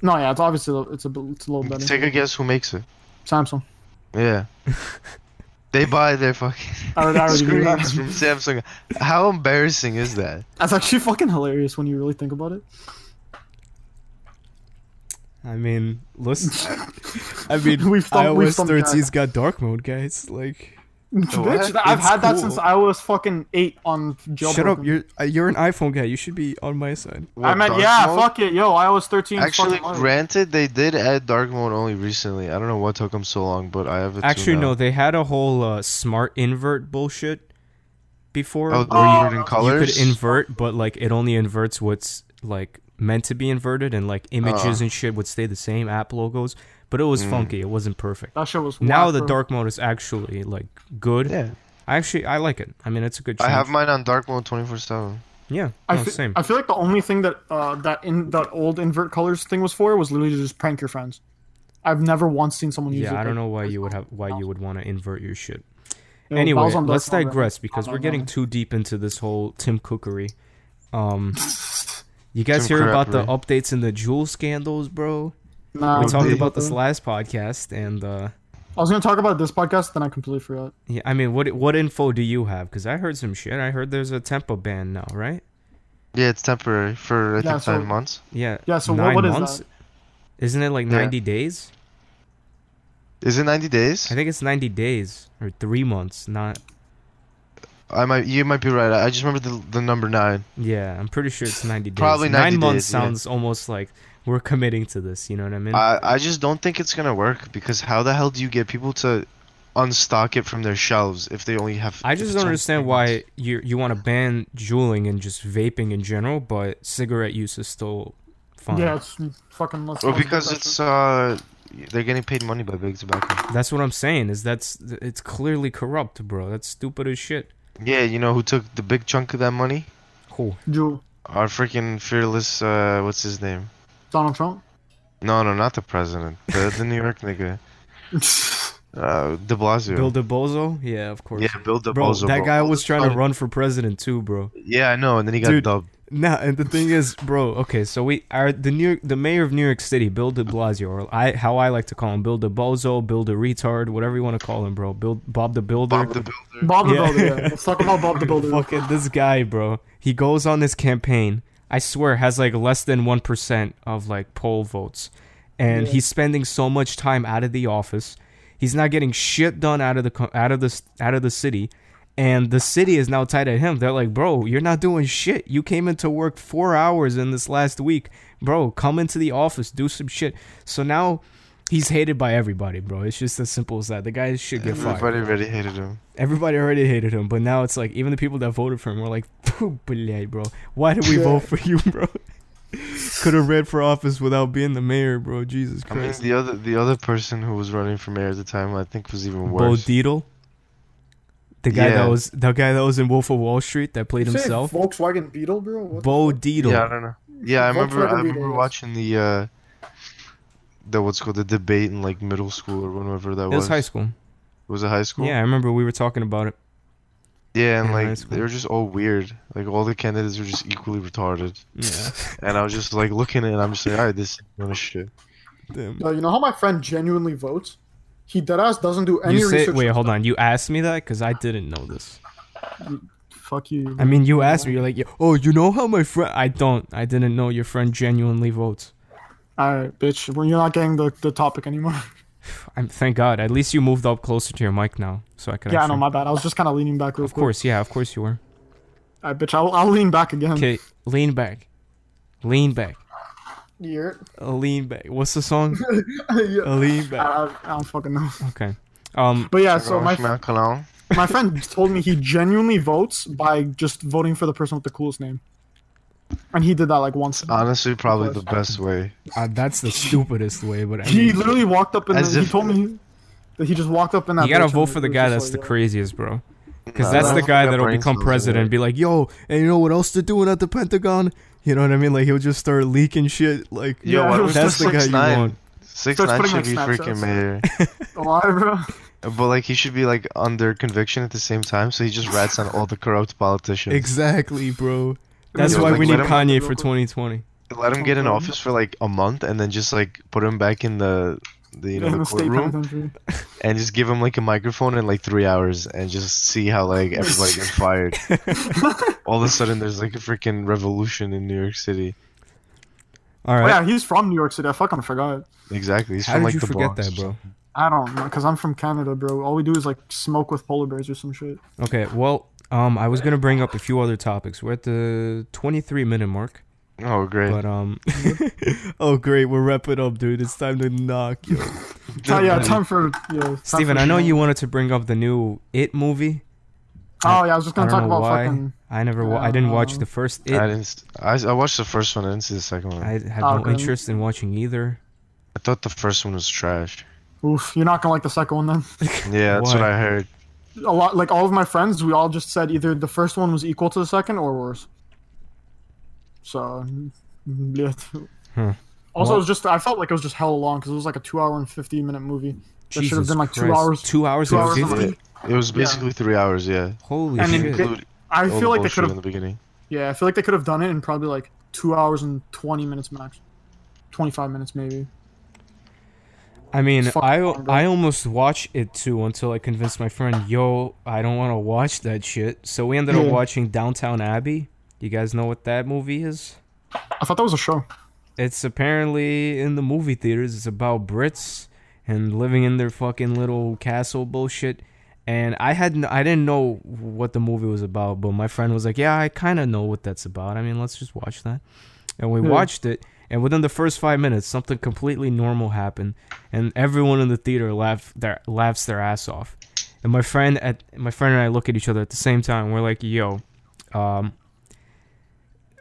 [SPEAKER 2] No, yeah, it's obviously it's a bit- it's a little better.
[SPEAKER 3] Take a guess who makes it.
[SPEAKER 2] Samsung.
[SPEAKER 3] Yeah. they buy their fucking
[SPEAKER 2] I already, I already knew
[SPEAKER 3] screens
[SPEAKER 2] that.
[SPEAKER 3] from Samsung. How embarrassing is that?
[SPEAKER 2] That's actually fucking hilarious when you really think about it.
[SPEAKER 1] I mean, listen. I mean,
[SPEAKER 2] We've thumb- we've thumbed that.
[SPEAKER 1] 13's got dark mode, guys. Like,
[SPEAKER 2] Bitch,
[SPEAKER 3] what?
[SPEAKER 2] I've
[SPEAKER 1] It's
[SPEAKER 2] had that
[SPEAKER 1] cool.
[SPEAKER 2] since I was fucking eight on jailbroken.
[SPEAKER 1] shut up. You're uh, you're an iPhone guy. You should be on my side.
[SPEAKER 2] I
[SPEAKER 3] What,
[SPEAKER 2] meant
[SPEAKER 3] dark
[SPEAKER 2] yeah,
[SPEAKER 3] mode?
[SPEAKER 2] fuck it, yo. I was thirteen. is
[SPEAKER 3] Actually,
[SPEAKER 2] fucking hard.
[SPEAKER 3] granted, they did add dark mode only recently. I don't know what took them so long, but I have it. too
[SPEAKER 1] Actually,
[SPEAKER 3] now.
[SPEAKER 1] no. They had a whole uh, smart invert bullshit before.
[SPEAKER 3] Oh,
[SPEAKER 1] where
[SPEAKER 3] were you in
[SPEAKER 1] you
[SPEAKER 3] colors?
[SPEAKER 1] could invert, but like it only inverts what's like meant to be inverted, and like
[SPEAKER 3] Uh.
[SPEAKER 1] images and shit would stay the same. App logos, but it was
[SPEAKER 3] Mm.
[SPEAKER 1] funky. It wasn't perfect.
[SPEAKER 2] that shit was.
[SPEAKER 1] now
[SPEAKER 2] whack,
[SPEAKER 1] the
[SPEAKER 2] bro.
[SPEAKER 1] dark mode is actually like good.
[SPEAKER 3] yeah,
[SPEAKER 1] I actually I like it. I mean, it's a good.
[SPEAKER 3] I
[SPEAKER 1] change.
[SPEAKER 3] have mine on dark mode twenty four seven.
[SPEAKER 1] Yeah,
[SPEAKER 2] I,
[SPEAKER 1] no,
[SPEAKER 2] fe-
[SPEAKER 1] Oh, same.
[SPEAKER 2] I feel like the only thing that uh, that in that old invert colors thing was for was literally to just prank your friends. I've never once seen someone use it.
[SPEAKER 1] yeah, I don't know why you would have why you would want to invert your shit. Anyway, let's digress because we're getting too deep into this whole Tim Cookery. Um, you guys
[SPEAKER 3] Tim
[SPEAKER 1] hear about the
[SPEAKER 3] Crappery.
[SPEAKER 1] updates in the Jewel scandals, bro?
[SPEAKER 2] Nah,
[SPEAKER 1] We
[SPEAKER 3] Oh,
[SPEAKER 1] talked
[SPEAKER 3] dude.
[SPEAKER 1] about this last podcast, and uh,
[SPEAKER 2] I was gonna talk about this podcast, then I completely forgot.
[SPEAKER 1] Yeah, I mean, what what info do you have? Because I heard some shit. I heard there's a tempo ban now, right?
[SPEAKER 3] Yeah, it's temporary for I
[SPEAKER 2] Yeah,
[SPEAKER 3] think
[SPEAKER 2] so-
[SPEAKER 3] nine months.
[SPEAKER 1] Yeah.
[SPEAKER 2] Yeah, so what-
[SPEAKER 1] nine
[SPEAKER 2] what is
[SPEAKER 1] months?
[SPEAKER 2] that?
[SPEAKER 1] Isn't it like
[SPEAKER 3] Yeah.
[SPEAKER 1] 90 days?
[SPEAKER 3] Is it ninety days?
[SPEAKER 1] I think it's 90 days or three months. Not.
[SPEAKER 3] I might. You might be right. I I just remember the the number nine.
[SPEAKER 1] Yeah, I'm pretty sure it's 90 days.
[SPEAKER 3] Probably
[SPEAKER 1] nine
[SPEAKER 3] 90
[SPEAKER 1] months
[SPEAKER 3] days, yeah. Uh,
[SPEAKER 1] sounds almost like we're committing to this. You know what I mean?
[SPEAKER 3] I, I just don't think it's gonna work because how the hell do you get people to unstock it from their shelves if they only have?
[SPEAKER 1] I
[SPEAKER 3] if
[SPEAKER 1] just
[SPEAKER 3] it's
[SPEAKER 1] don't
[SPEAKER 3] only
[SPEAKER 1] understand
[SPEAKER 3] three
[SPEAKER 1] why
[SPEAKER 3] months?
[SPEAKER 1] you you want to ban juuling and just vaping in general, but cigarette use is still fine.
[SPEAKER 2] Yeah, it's fucking. Let's
[SPEAKER 3] Well, because it's uh, they're getting paid money by big tobacco.
[SPEAKER 1] That's what I'm saying. Is that's it's clearly corrupt, bro. That's stupid as shit.
[SPEAKER 3] Yeah, you know who took the big chunk of that money?
[SPEAKER 1] Cool.
[SPEAKER 2] Jew,
[SPEAKER 3] Our freaking fearless. Uh, what's his name?
[SPEAKER 2] Donald Trump.
[SPEAKER 3] No, no, not the president. The, the New York nigga. Uh, De Blasio.
[SPEAKER 1] Bill DeBozo? Yeah, of course.
[SPEAKER 3] yeah, Bill De
[SPEAKER 1] bro,
[SPEAKER 3] Blasio,
[SPEAKER 1] that
[SPEAKER 3] bro.
[SPEAKER 1] guy was trying to
[SPEAKER 3] Oh,
[SPEAKER 1] run for president too, bro.
[SPEAKER 3] Yeah, I know, and then he got
[SPEAKER 1] Dude.
[SPEAKER 3] dubbed.
[SPEAKER 1] Nah, and the thing is, bro. Okay, so we are the New York, the mayor of New York City, Bill De Blasio, or I, how I like to call him, Bill De Bozo, Bill De Retard, whatever you want to call him, bro. Bill Bob the Builder.
[SPEAKER 3] Bob the Builder.
[SPEAKER 2] Bob the
[SPEAKER 1] Yeah.
[SPEAKER 2] Builder. Yeah. Let's talk about Bob the Builder.
[SPEAKER 1] Fucking this guy, bro. He goes on this campaign. I swear, has like less than one percent of like poll votes, and he's spending so much time out of the office. He's not getting shit done out of the co- out of the out of the city, and the city is now tied at him. They're like, bro, you're not doing shit. You came into work four hours in this last week, bro. Come into the office, do some shit. So now. He's hated by everybody, bro. It's just as simple as that. The guy should get fired.
[SPEAKER 3] Everybody already hated him.
[SPEAKER 1] Everybody already hated him, but now it's like even the people that voted for him were like, "Phew, "Блядь, bro, why did we vote for you, bro? Could have ran for office without being the mayor, bro. Jesus
[SPEAKER 3] I mean,
[SPEAKER 1] Christ."
[SPEAKER 3] the other the other person who was running for mayor at the time, I think, was even
[SPEAKER 1] Bo
[SPEAKER 3] worse.
[SPEAKER 1] Deedle, the guy
[SPEAKER 3] Yeah.
[SPEAKER 1] that was the guy that was in Wolf of Wall Street that played
[SPEAKER 2] You say
[SPEAKER 1] himself.
[SPEAKER 2] Volkswagen Beetle, bro. What the
[SPEAKER 1] Bo Deedle.
[SPEAKER 3] Yeah, I don't know. Yeah, I remember.
[SPEAKER 2] Volkswagen
[SPEAKER 3] I remember
[SPEAKER 2] Beetles.
[SPEAKER 3] watching the uh, the what's called the debate in like middle school or whenever that
[SPEAKER 1] it
[SPEAKER 3] was.
[SPEAKER 1] was high school.
[SPEAKER 3] Was it high school?
[SPEAKER 1] Yeah, I remember we were talking about it.
[SPEAKER 3] Yeah, and
[SPEAKER 1] Yeah, high
[SPEAKER 3] like
[SPEAKER 1] school.
[SPEAKER 3] they were just all weird. Like all the candidates were just equally retarded.
[SPEAKER 1] Yeah,
[SPEAKER 3] And I was just like looking at it, and I'm just like, alright, this is no shit.
[SPEAKER 1] damn.
[SPEAKER 2] No, Uh, you know how my friend genuinely votes? He deadass doesn't do any
[SPEAKER 1] You say,
[SPEAKER 2] research.
[SPEAKER 1] wait, hold on. You asked me that because I didn't know this.
[SPEAKER 2] Fuck you.
[SPEAKER 1] I mean, you asked me. You're like, "Yo- oh, you know how my friend? I don't. I didn't know your friend genuinely votes.
[SPEAKER 2] All right, bitch. Well, you're not getting the, the topic anymore.
[SPEAKER 1] I'm thank God. At least you moved up closer to your mic now, so I could.
[SPEAKER 2] yeah, I
[SPEAKER 1] actually...
[SPEAKER 2] know. My bad. I was just kind of leaning back. Real
[SPEAKER 1] Of course, yeah, of course you were.
[SPEAKER 2] All right, bitch. I'll, I'll lean back again.
[SPEAKER 1] Okay, lean back, lean back,
[SPEAKER 2] Yeah.
[SPEAKER 1] lean back. What's the song?
[SPEAKER 2] yeah.
[SPEAKER 1] lean back.
[SPEAKER 2] I, I don't fucking know.
[SPEAKER 1] Okay. Um.
[SPEAKER 2] But yeah, so my
[SPEAKER 3] Mount Cologne.
[SPEAKER 2] my friend told me he genuinely votes by just voting for the person with the coolest name, and he did that like once.
[SPEAKER 3] Honestly, probably the best way.
[SPEAKER 1] uh, that's the stupidest way, but I
[SPEAKER 2] He
[SPEAKER 1] mean,
[SPEAKER 2] literally walked up and
[SPEAKER 3] As
[SPEAKER 2] he
[SPEAKER 3] if-
[SPEAKER 2] told me that he just walked up in that.
[SPEAKER 1] you gotta
[SPEAKER 2] bitch and
[SPEAKER 1] vote for
[SPEAKER 2] it
[SPEAKER 1] the
[SPEAKER 2] was
[SPEAKER 1] guy
[SPEAKER 2] just
[SPEAKER 1] that's the
[SPEAKER 2] like,
[SPEAKER 1] craziest, bro.
[SPEAKER 3] Nah,
[SPEAKER 1] Because Uh, that's
[SPEAKER 3] I
[SPEAKER 1] the
[SPEAKER 3] don't
[SPEAKER 1] guy
[SPEAKER 3] think I
[SPEAKER 1] that'll
[SPEAKER 3] brain
[SPEAKER 1] become
[SPEAKER 3] cells are
[SPEAKER 1] president and
[SPEAKER 3] right.
[SPEAKER 1] be like, "Yo, and you know what else they're doing at the Pentagon? You know what I mean? Like he'll just start leaking shit. Like,
[SPEAKER 3] Yo,
[SPEAKER 2] Yeah,
[SPEAKER 3] why
[SPEAKER 2] it
[SPEAKER 3] was
[SPEAKER 2] was
[SPEAKER 1] that's
[SPEAKER 3] the
[SPEAKER 1] the guy
[SPEAKER 3] six
[SPEAKER 1] you
[SPEAKER 3] nine?
[SPEAKER 1] want.
[SPEAKER 3] Six
[SPEAKER 2] Starts
[SPEAKER 3] nine
[SPEAKER 2] putting,
[SPEAKER 3] should
[SPEAKER 2] like,
[SPEAKER 3] be freaking
[SPEAKER 2] Snapchats.
[SPEAKER 3] mayor.
[SPEAKER 2] Why, bro?
[SPEAKER 3] But like he should be like under conviction at the same time, so he just rats on all the corrupt politicians.
[SPEAKER 1] Exactly, bro. That's
[SPEAKER 3] Yo,
[SPEAKER 1] why
[SPEAKER 3] like,
[SPEAKER 1] we
[SPEAKER 3] let
[SPEAKER 1] need
[SPEAKER 3] him-
[SPEAKER 1] Kanye for 2020.
[SPEAKER 3] Let him get in
[SPEAKER 2] Okay.
[SPEAKER 3] office for like a month, and then just like put him back in the, the you know
[SPEAKER 2] In
[SPEAKER 3] the
[SPEAKER 2] the state
[SPEAKER 3] courtroom,
[SPEAKER 2] penitentiary.
[SPEAKER 3] and just give him like a microphone in like three hours, and just see how like everybody gets fired. all of a sudden, there's like a freaking revolution in New York City.
[SPEAKER 1] All
[SPEAKER 2] Oh,
[SPEAKER 1] right.
[SPEAKER 2] yeah, he's from New York City. I fucking forgot.
[SPEAKER 3] Exactly. He's
[SPEAKER 1] How
[SPEAKER 3] from
[SPEAKER 1] did
[SPEAKER 3] like
[SPEAKER 1] you
[SPEAKER 3] the
[SPEAKER 1] forget
[SPEAKER 3] Bronx.
[SPEAKER 1] that, bro?
[SPEAKER 2] I don't know, cause I'm from Canada, bro. All we do is like smoke with polar bears or some shit.
[SPEAKER 1] Okay, well, um, I was gonna bring up a few other topics. We're at the 23 minute mark,
[SPEAKER 3] Oh great.
[SPEAKER 1] but um, oh great, we're wrapping up, dude. It's time to knock. Yo. uh,
[SPEAKER 2] Ti- yeah, time for yeah. time
[SPEAKER 1] Steven,
[SPEAKER 2] for
[SPEAKER 1] I know
[SPEAKER 2] shit.
[SPEAKER 1] you wanted to bring up the new It movie.
[SPEAKER 2] Oh yeah, I was just
[SPEAKER 1] I
[SPEAKER 2] gonna
[SPEAKER 1] don't
[SPEAKER 2] talk
[SPEAKER 1] know
[SPEAKER 2] about
[SPEAKER 1] why.
[SPEAKER 2] fucking.
[SPEAKER 1] I never, wa- I didn't
[SPEAKER 2] Uh,
[SPEAKER 1] watch the first It.
[SPEAKER 3] I
[SPEAKER 1] I,
[SPEAKER 3] didn't. s- I, I watched the first one. I didn't see the second one. I,
[SPEAKER 1] had
[SPEAKER 2] Oh,
[SPEAKER 1] no
[SPEAKER 2] okay.
[SPEAKER 1] interest in watching either.
[SPEAKER 3] thought the first one was trash.
[SPEAKER 2] Oof, you're not gonna like the second one then.
[SPEAKER 3] Yeah, that's what
[SPEAKER 1] Why?
[SPEAKER 3] I heard.
[SPEAKER 2] A lot, like all of my friends, we all just said either the first one was equal to the second or worse. So, mm, yeah.
[SPEAKER 1] Hmm.
[SPEAKER 2] Also, it
[SPEAKER 1] Well-
[SPEAKER 2] was just I felt like it was just hell long because it was like a two hour and fifteen minute movie. That should have
[SPEAKER 1] Jesus
[SPEAKER 2] been like two
[SPEAKER 1] Christ.
[SPEAKER 2] hours.
[SPEAKER 1] Two hours
[SPEAKER 2] two
[SPEAKER 1] and
[SPEAKER 2] hours and
[SPEAKER 1] fifty.
[SPEAKER 2] fifty.
[SPEAKER 3] It was basically three hours. Yeah.
[SPEAKER 1] Holy
[SPEAKER 2] And in
[SPEAKER 1] shit!
[SPEAKER 2] It-
[SPEAKER 3] Include
[SPEAKER 2] I
[SPEAKER 3] all the
[SPEAKER 2] feel like they
[SPEAKER 3] bullshit
[SPEAKER 2] could
[SPEAKER 3] in
[SPEAKER 2] have.
[SPEAKER 3] the beginning.
[SPEAKER 2] Yeah, I feel like they could have done it in probably like two hours and twenty minutes max, twenty five minutes maybe.
[SPEAKER 1] I mean,
[SPEAKER 2] It's fucking
[SPEAKER 1] I
[SPEAKER 2] long, bro.
[SPEAKER 1] I almost watched it too until I convinced my friend, "Yo, I don't want to watch that shit." So we ended up
[SPEAKER 2] Yeah.
[SPEAKER 1] watching Downtown Abbey. You guys know what that movie is?
[SPEAKER 2] I thought that was a show.
[SPEAKER 1] It's apparently in the movie theaters. It's about Brits and living in their fucking little castle bullshit. And I had n- I didn't know what the movie was about, but my friend was like, "Yeah, I kind of know what that's about. I mean, let's just watch that." And we
[SPEAKER 2] Yeah.
[SPEAKER 1] watched it, And within the first five minutes, something completely normal happened, and everyone in the theater laughed their laughs their ass off. And my friend at my friend and I look at each other at the same time. We're like, "Yo, um,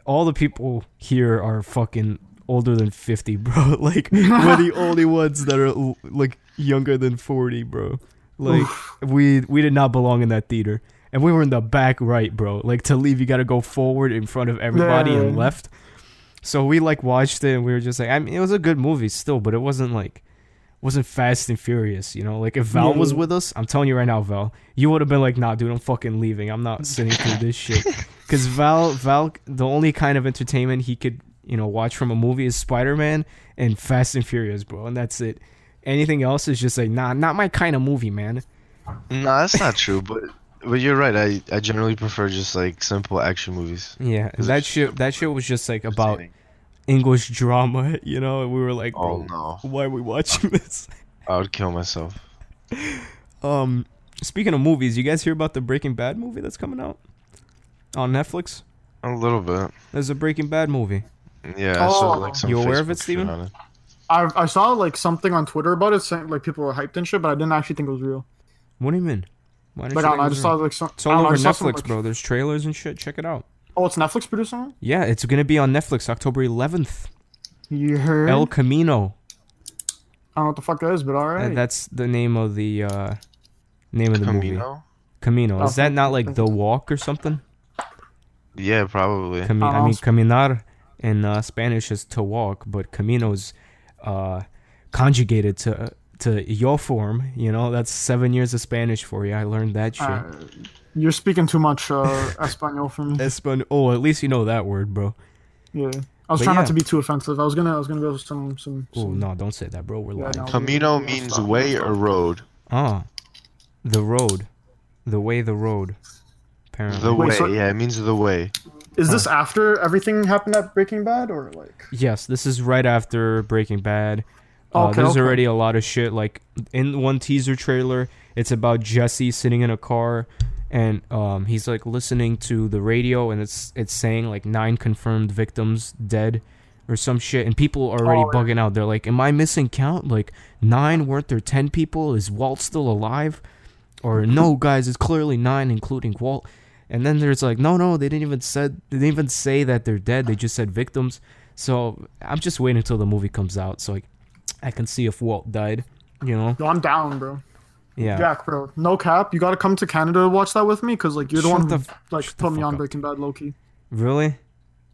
[SPEAKER 1] all the people here are fucking older than fifty, bro. like we're the only ones that are l- like younger than forty, bro. Like we we did not belong in that theater." And we were in the back right, bro. Like to leave, you gotta go forward in front of everybody and
[SPEAKER 2] Yeah.
[SPEAKER 1] left. So we like watched it and we were just like, I mean, it was a good movie still, but it wasn't like, wasn't Fast and Furious, you know? Like if Val was
[SPEAKER 2] Yeah.
[SPEAKER 1] with us, I'm telling you right now, Val, you would have been like, Nah, dude, I'm fucking leaving. I'm not sitting through this shit. Because Val, Val, the only kind of entertainment he could, you know, watch from a movie is Spider Man and Fast and Furious, bro, and that's it. Anything else is just like, Nah, not my kind of movie, man.
[SPEAKER 3] Nah, that's not true. But but you're right. I I generally prefer just like simple action movies.
[SPEAKER 1] Yeah,
[SPEAKER 3] it's
[SPEAKER 1] that
[SPEAKER 3] just
[SPEAKER 1] shit, that shit was just like about English drama, you know? And we were like,
[SPEAKER 3] Oh
[SPEAKER 1] bro,
[SPEAKER 3] no,
[SPEAKER 1] why are we watching this?
[SPEAKER 3] I would kill myself.
[SPEAKER 1] Um, speaking of movies, you guys hear about the Breaking Bad movie that's coming out on Netflix?
[SPEAKER 3] A little bit.
[SPEAKER 1] There's a Breaking Bad movie.
[SPEAKER 3] Yeah. I saw,
[SPEAKER 2] Oh.
[SPEAKER 3] like some.
[SPEAKER 1] You aware of
[SPEAKER 3] Facebook
[SPEAKER 1] it,
[SPEAKER 3] shit
[SPEAKER 1] Steven?
[SPEAKER 3] on it.
[SPEAKER 2] I I saw like something on Twitter about it saying like people were hyped and shit, but I didn't actually think it was real.
[SPEAKER 1] What do you mean? Why didn't
[SPEAKER 2] Like
[SPEAKER 1] you
[SPEAKER 2] I, don't
[SPEAKER 1] think
[SPEAKER 2] know, I
[SPEAKER 1] it
[SPEAKER 2] just
[SPEAKER 1] was
[SPEAKER 2] saw
[SPEAKER 1] real?
[SPEAKER 2] like some.
[SPEAKER 1] It's
[SPEAKER 2] I
[SPEAKER 1] all
[SPEAKER 2] don't know, I
[SPEAKER 1] over
[SPEAKER 2] saw some,
[SPEAKER 1] Netflix,
[SPEAKER 2] like-
[SPEAKER 1] bro. There's trailers and shit. Check it out.
[SPEAKER 2] Oh, it's Netflix producing
[SPEAKER 1] Yeah, it's gonna be on Netflix October 11th.
[SPEAKER 2] it. You heard?
[SPEAKER 1] El Camino.
[SPEAKER 2] I don't know what the fuck that is, but all
[SPEAKER 1] Uh,
[SPEAKER 2] right.
[SPEAKER 1] That's the name of the uh, name of the movie.
[SPEAKER 3] Camino.
[SPEAKER 1] Camino. Is
[SPEAKER 2] Oh.
[SPEAKER 1] that not like the walk or something?
[SPEAKER 3] Yeah, probably.
[SPEAKER 1] Cami- I
[SPEAKER 2] Oh.
[SPEAKER 1] mean, caminar in uh, Spanish is to walk, but camino's uh, conjugated to to your form. You know, that's seven years of Spanish for you. I learned that shit.
[SPEAKER 2] Uh, You're speaking too much uh, Espanol for me.
[SPEAKER 1] Espan- oh, at least you know that word, bro.
[SPEAKER 2] Yeah, I was
[SPEAKER 1] But
[SPEAKER 2] trying
[SPEAKER 1] yeah.
[SPEAKER 2] not to be too offensive. I was gonna I was gonna go with some some.
[SPEAKER 1] Oh
[SPEAKER 2] some-
[SPEAKER 1] no, don't say that, bro. We're
[SPEAKER 2] Yeah,
[SPEAKER 1] lying.
[SPEAKER 2] no.
[SPEAKER 3] Camino means way or road.
[SPEAKER 1] Ah, the road, the way, the road. Apparently,
[SPEAKER 3] The
[SPEAKER 2] Wait,
[SPEAKER 3] way.
[SPEAKER 2] so-
[SPEAKER 3] Yeah, it means the way.
[SPEAKER 2] Is
[SPEAKER 1] uh,
[SPEAKER 2] this after everything happened at Breaking Bad or like?
[SPEAKER 1] yes, this is right after Breaking Bad. Uh,
[SPEAKER 2] Okay,
[SPEAKER 1] there's
[SPEAKER 2] okay.
[SPEAKER 1] already a lot of shit. Like in one teaser trailer, it's about Jesse sitting in a car, and um, he's like listening to the radio, and it's it's saying like nine confirmed victims dead, or some shit. And people are already
[SPEAKER 2] Oh, yeah.
[SPEAKER 1] bugging out. They're like, "Am I missing count? Like nine? Weren't there ten people? Is Walt still alive? Or no, guys, it's clearly nine, including Walt." And then there's like, "No, no, they didn't even said they didn't even say that they're dead. They just said victims." So I'm just waiting until the movie comes out. So like. I can see if Walt died. You know?
[SPEAKER 2] No, I'm down, bro.
[SPEAKER 1] Yeah.
[SPEAKER 2] Jack, bro. No cap. You gotta come to Canada to watch that with me, cause like you're the
[SPEAKER 1] Shut
[SPEAKER 2] one
[SPEAKER 1] the
[SPEAKER 2] who
[SPEAKER 1] f- shut
[SPEAKER 2] like
[SPEAKER 1] the
[SPEAKER 2] put me
[SPEAKER 1] fuck
[SPEAKER 2] on
[SPEAKER 1] up.
[SPEAKER 2] Breaking Bad, Loki.
[SPEAKER 1] Really?